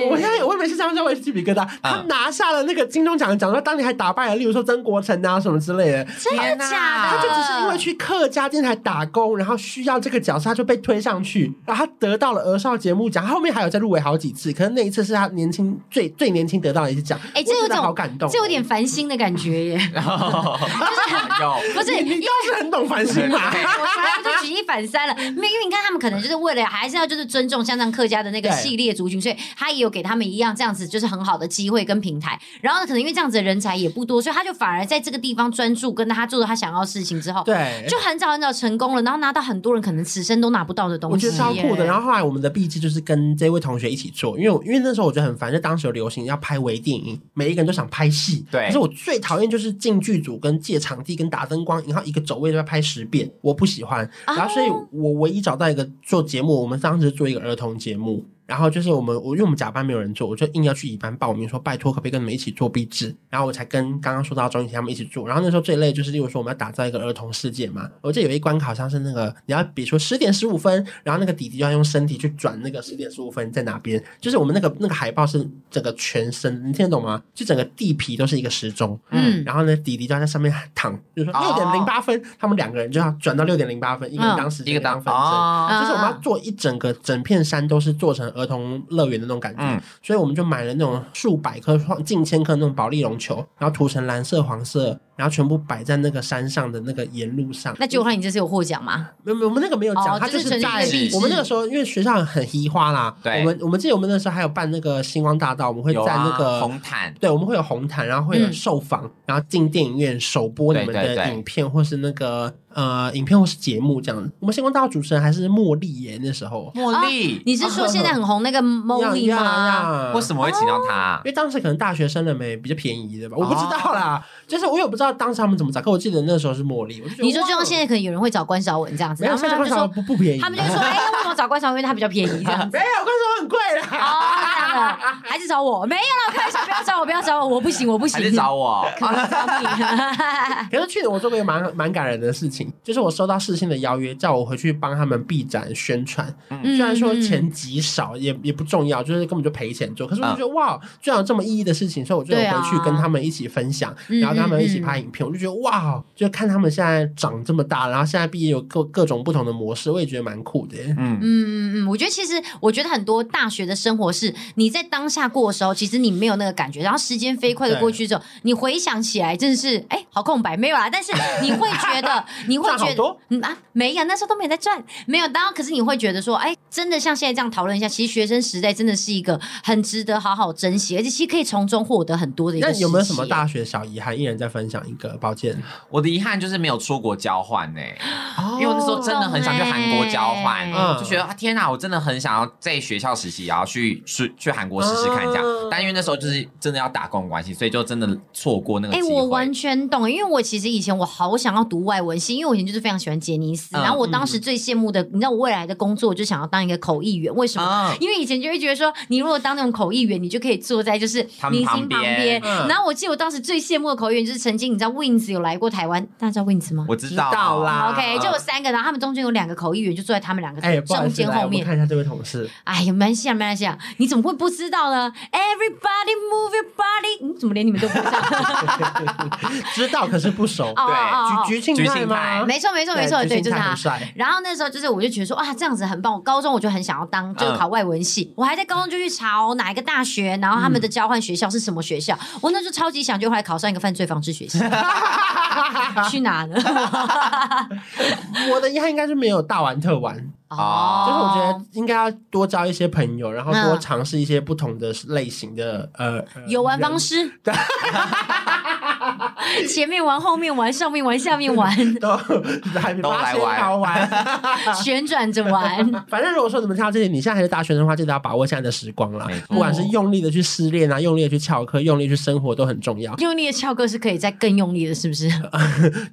Speaker 1: 对，我现在我也没是这样叫我也是鸡皮疙瘩。他拿下了那个金钟奖的奖，他当年还打败了，例如说曾国城啊什么之类的。
Speaker 4: 真的
Speaker 2: 天哪
Speaker 4: 假的？
Speaker 1: 他就只是因为去客家电台打工，然后需要这个角色，他就被推上去，然后他得到了儿少节目奖，他后面还有再入围好几次，可是那一次是他年轻最最年轻得到的一次奖。
Speaker 4: 哎这有
Speaker 1: 我觉得
Speaker 4: 种
Speaker 1: 好感动，哦
Speaker 4: 这有点烦心的感觉耶，
Speaker 2: 有啊
Speaker 4: 不是？
Speaker 1: 你你倒是很懂啊凡心嘛。
Speaker 4: 我从来不就举一反三了，没有，因为你看他们可能就是为了还是要就是尊重像这样客家的那个
Speaker 1: 对
Speaker 4: 系列族群，所以他也有给他们一样这样子就是很好的机会跟平台。然后呢，可能因为这样子的人才也不多，所以他就反而在这个地方专注，跟他做他想要的事情之后，
Speaker 1: 对，
Speaker 4: 就很早很早成功了，然后拿到很多人可能此生都拿不到的东
Speaker 1: 我
Speaker 4: 西
Speaker 1: 觉
Speaker 4: 耶，
Speaker 1: 得超酷的。然后后来我们的笔记就是跟这位同学一起做，因为我因为那时候我觉得很烦，就当时有流行要拍微电影，每一个人都想拍戏。
Speaker 2: 对
Speaker 1: 可是我最讨厌就是进剧组跟借场地跟打灯光，然后一个走位就要拍十遍，我不喜欢。
Speaker 4: 哦
Speaker 1: 然后所以我唯一找到一个做节目，我们当时做一个儿童节目。然后就是我们，我因为我们甲班没有人做，我就硬要去乙班报名，说拜托可不可以跟你们一起做壁纸？然后我才跟刚刚说到钟雨晴他们一起做。然后那时候最累就是，例如说我们要打造一个儿童世界嘛，我记得有一关卡好像是那个你要比如说十点十五分，然后那个弟弟就要用身体去转那个十点十五分在哪边，就是我们那个那个海报是整个全身，你听得懂吗？就整个地皮都是一个时钟，
Speaker 4: 嗯，
Speaker 1: 然后呢，弟弟就要在上面躺，比如说六
Speaker 2: 哦嗯
Speaker 1: 点零八分，他们两个人就要转到六点零八分，一个人当时间，
Speaker 2: 一个
Speaker 1: 当
Speaker 2: 当
Speaker 1: 分针。
Speaker 2: 哦，
Speaker 1: 就是我们要做一整个整片山都是做成儿童乐园的那种感觉，
Speaker 2: 嗯
Speaker 1: 所以我们就买了那种数百颗、近千颗那种保利龙球，然后涂成蓝色、黄色，然后全部摆在那个山上的那个沿路上。
Speaker 4: 那就看你这次有获奖吗？
Speaker 1: 没有没有，我们那个没有
Speaker 4: 哦
Speaker 1: 讲，它
Speaker 4: 就是
Speaker 1: 是
Speaker 4: 纯粹
Speaker 1: 在
Speaker 2: 励志
Speaker 1: 我们那个时候，因为学校很移花啦，
Speaker 2: 对
Speaker 1: 我们我们记得我们那时候还有办那个星光大道，我们会在
Speaker 2: 有啊
Speaker 1: 那个
Speaker 2: 红毯，
Speaker 1: 对，我们会有红毯，然后会有
Speaker 4: 嗯
Speaker 1: 受访，然后进电影院首播你们
Speaker 2: 对对
Speaker 1: 的
Speaker 2: 对
Speaker 1: 影片，或是那个呃影片或是节目这样。我们星光大道主持人还是茉莉耶，那时候
Speaker 2: 茉莉，
Speaker 4: 你是说现在很红 那个 Molly 吗？
Speaker 2: 啊为
Speaker 1: 么？
Speaker 2: 什么会请到他
Speaker 1: 因？为当时可能大学生了没，比较便宜的吧，我
Speaker 4: 哦
Speaker 1: 不知道啦。就是我也不知道当时他们怎么找，可我记得那时候是茉莉。我就觉得
Speaker 4: 你说就
Speaker 1: 哇哦
Speaker 4: 像现在可能有人会找关晓雯这样子，
Speaker 1: 没有，
Speaker 4: 然后
Speaker 1: 现在
Speaker 4: 他们
Speaker 1: 观
Speaker 4: 就
Speaker 1: 赏
Speaker 4: 说，
Speaker 1: 不不便宜，
Speaker 4: 他们就会说，哎，那为什么找关晓雯？因为她比较便宜这样 子。
Speaker 1: 没有，观赏很贵啦。
Speaker 4: 哦，这样的，还是找我？没有了，开玩笑，不要找我，不要找我，我不行，我不行。
Speaker 2: 还是 找我？
Speaker 4: 可能找你？
Speaker 1: 可是去年我做过一个蛮蛮感人的事情，就是我收到视信的邀约，叫我回去帮他们闭展宣传。
Speaker 4: 嗯
Speaker 1: 虽然说钱极少，也也不重要，就是根本就赔钱做。可是我就觉得、哇，居然有这么意义的事情，所以我就有
Speaker 4: 对啊
Speaker 1: 回去跟他们一起分享，
Speaker 4: 嗯
Speaker 1: 然后跟他们一起拍影片。我就觉得哇，就看他们现在长这么大，然后现在毕业有各各种不同的模式，我也觉得蛮酷的耶。
Speaker 2: 嗯，
Speaker 4: 嗯嗯嗯，我觉得其实我觉得很多大学的生活是，你在当下过的时候，其实你没有那个感觉，然后时间飞快的过去之后，你回想起来，真的是哎、好空白，没有啦。但是你会觉得， 你会
Speaker 1: 赚好
Speaker 4: 觉得
Speaker 1: 多，
Speaker 4: 嗯啊，没有，那时候都没有在赚，没有。当然，可是你会觉得说，哎，真的像现在这样讨论一下，其实学生时代真的是一个很值得好好珍惜，而且其实可以从中获得很多的一个
Speaker 1: 那
Speaker 4: 时期。
Speaker 1: 有没有什么大学小遗憾？一人再分享一个，抱歉，
Speaker 2: 我的遗憾就是没有出国交换 欸呢、
Speaker 1: 因
Speaker 4: 哦
Speaker 2: 因为我那时候真的很想去韩国交换，
Speaker 1: 嗯
Speaker 2: 就觉得啊天哪，我真的很想要在学校实习，然后去去去韩国试试看这样。
Speaker 1: 嗯
Speaker 2: 但因为那时候就是真的要打工的关系，所以就真的错过那个
Speaker 4: 哎、
Speaker 2: 机会。
Speaker 4: 我完全懂，因为我其实以前我好想要读外文系，因为我以前就是非常喜欢杰尼斯，
Speaker 2: 嗯
Speaker 4: 然后我当时最羡慕的，你知道我未来的工作，我就想要当一个口译员，为
Speaker 1: 嗯
Speaker 4: 什么？
Speaker 2: 啊，
Speaker 4: 因为以前就会觉得说，你如果当那种口译员，你就可以坐在就是
Speaker 2: 他们
Speaker 4: 明星
Speaker 2: 旁
Speaker 4: 旁
Speaker 2: 边
Speaker 1: 嗯
Speaker 4: 然后我记得我当时最羡慕的口译员就是曾经你知道 Wins 有来过台湾，大家知道 Wins 吗
Speaker 2: 我知
Speaker 1: 知道
Speaker 2: 道嗯
Speaker 1: 啦
Speaker 4: OK，就有三个，然后他们中间有两个口译员就坐在他们两个
Speaker 1: 哎，不好
Speaker 4: 中
Speaker 1: 意思，
Speaker 4: 间
Speaker 1: 来
Speaker 4: 后
Speaker 1: 我们
Speaker 4: 面。
Speaker 1: 看一下这位同事，
Speaker 4: 哎呀，没关系啊，没关系啊，你怎么会不知道呢？Everybody move your body，你怎么连你们都不知 道？
Speaker 1: 知道可是不熟，
Speaker 4: 哦哦哦
Speaker 1: 菊菊庆
Speaker 2: 菊
Speaker 1: 泰
Speaker 2: 庆泰
Speaker 1: 吗？
Speaker 4: 没错，没错，没错，对，
Speaker 1: 菊庆
Speaker 4: 就是
Speaker 1: 泰
Speaker 4: 他
Speaker 1: 很。帅。
Speaker 4: 然后那时候就是，我就觉得说，哇，这样子很棒。我高中我就很想要当，就是考外文
Speaker 1: 嗯
Speaker 4: 系。我还在高中就去查哦哪一个大学，然后他们的交换学校是什么学校。我那时候超级想，就后来考上一个犯罪防 治学校。去哪呢？
Speaker 1: 我的遗憾应该是没有大玩特玩，
Speaker 2: 哦
Speaker 1: 就是我觉得应该要多交一些朋友，然后多
Speaker 4: 嗯
Speaker 1: 尝试一些不同的类型的呃呃
Speaker 4: 游玩方
Speaker 1: 人
Speaker 4: 式，前面玩，后面玩，上面玩，下面 玩，
Speaker 1: 都还没
Speaker 2: 都
Speaker 1: 八
Speaker 2: 来
Speaker 1: 仙
Speaker 2: 玩
Speaker 1: 好玩。
Speaker 4: 旋转着玩。
Speaker 1: 反正如果说你们听到这里，你现在还是大学生的话，记得要把握现在的时光啦
Speaker 2: 没错。
Speaker 1: 不管是用力的去失恋啊，用力的去翘课，用力地去生活都很重要。
Speaker 4: 用力的翘课是可以再更用力的，是不是？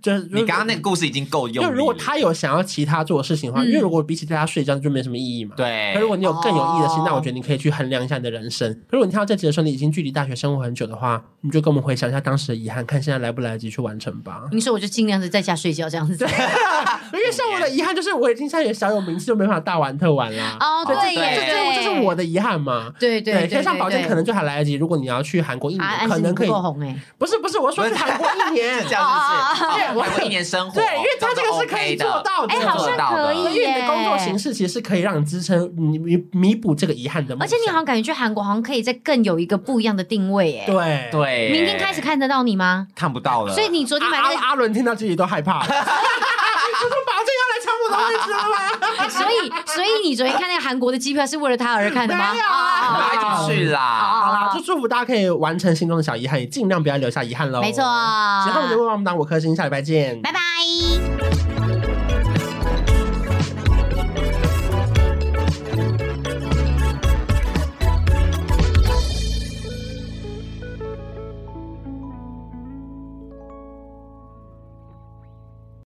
Speaker 1: 就是
Speaker 2: 你刚刚那个故事已经够用
Speaker 1: 就
Speaker 2: 力
Speaker 1: 是
Speaker 2: 了。
Speaker 1: 如果他有想要其他做的事情的话，
Speaker 4: 嗯
Speaker 1: 因为如果比起在家睡觉就没什么意义嘛。。
Speaker 2: 对
Speaker 1: 可，如果你有更有意义的事，
Speaker 4: 哎哦
Speaker 1: 那我觉得你可以去衡量一下你的人生。可如果你听到这集的时候，你已经距离大学生活很久的话，你就跟我们回想一下当时的遗憾，看现在来不来得及去完成吧。
Speaker 4: 你说我就尽量是在家睡觉这样子。
Speaker 1: 因为像我的遗憾就是，我已经现在有小有名气，就没办法大玩特玩啦。
Speaker 4: 哦，对
Speaker 2: 对
Speaker 4: 耶，
Speaker 1: 这这这就是我的遗憾嘛。
Speaker 4: 对对对
Speaker 1: 可
Speaker 4: 对，
Speaker 1: 是像保健
Speaker 4: 对
Speaker 1: 可能就还来得及。如果你要去韩国一
Speaker 4: 啊，
Speaker 1: 年，
Speaker 4: 安
Speaker 1: 可
Speaker 4: 心
Speaker 1: 能
Speaker 4: 你
Speaker 1: 可以嗯
Speaker 4: 不。够红哎、
Speaker 1: 不是不是，我说去韩国一 年
Speaker 2: 这。样就是
Speaker 4: 哦哦哦
Speaker 2: 哦我过一年生活，
Speaker 1: 对，因为他这个是可以做到的。
Speaker 4: 哎好像
Speaker 2: 做到的
Speaker 4: 可以
Speaker 1: 因为你的工作形式其实是可以让你支撑你弥弥补这个遗憾的梦
Speaker 4: 而且
Speaker 1: 想。
Speaker 4: 你好像感觉去韩国好像可以再更有一个不一样的定位哎、
Speaker 1: 对。
Speaker 2: 对，
Speaker 4: 明天开始看得到你吗？
Speaker 2: 看不到了，
Speaker 4: 所以你昨天买
Speaker 1: 阿阿
Speaker 4: 那个，
Speaker 1: 阿伦听到自己都害 怕了，就说保健要来抢我的位置了吗？
Speaker 4: 所以所以你昨天看那个韩国的机票是为了他而看的吗？
Speaker 1: 没有啊
Speaker 4: 哦哦哦
Speaker 2: 然后一起去啦。
Speaker 1: 好啦，就祝福大家可以完成心中的小遗憾，也尽量不要留下遗憾喽。
Speaker 4: 没错，
Speaker 1: 喜欢我们的，问我们打五颗星，下礼拜见，
Speaker 4: 拜拜。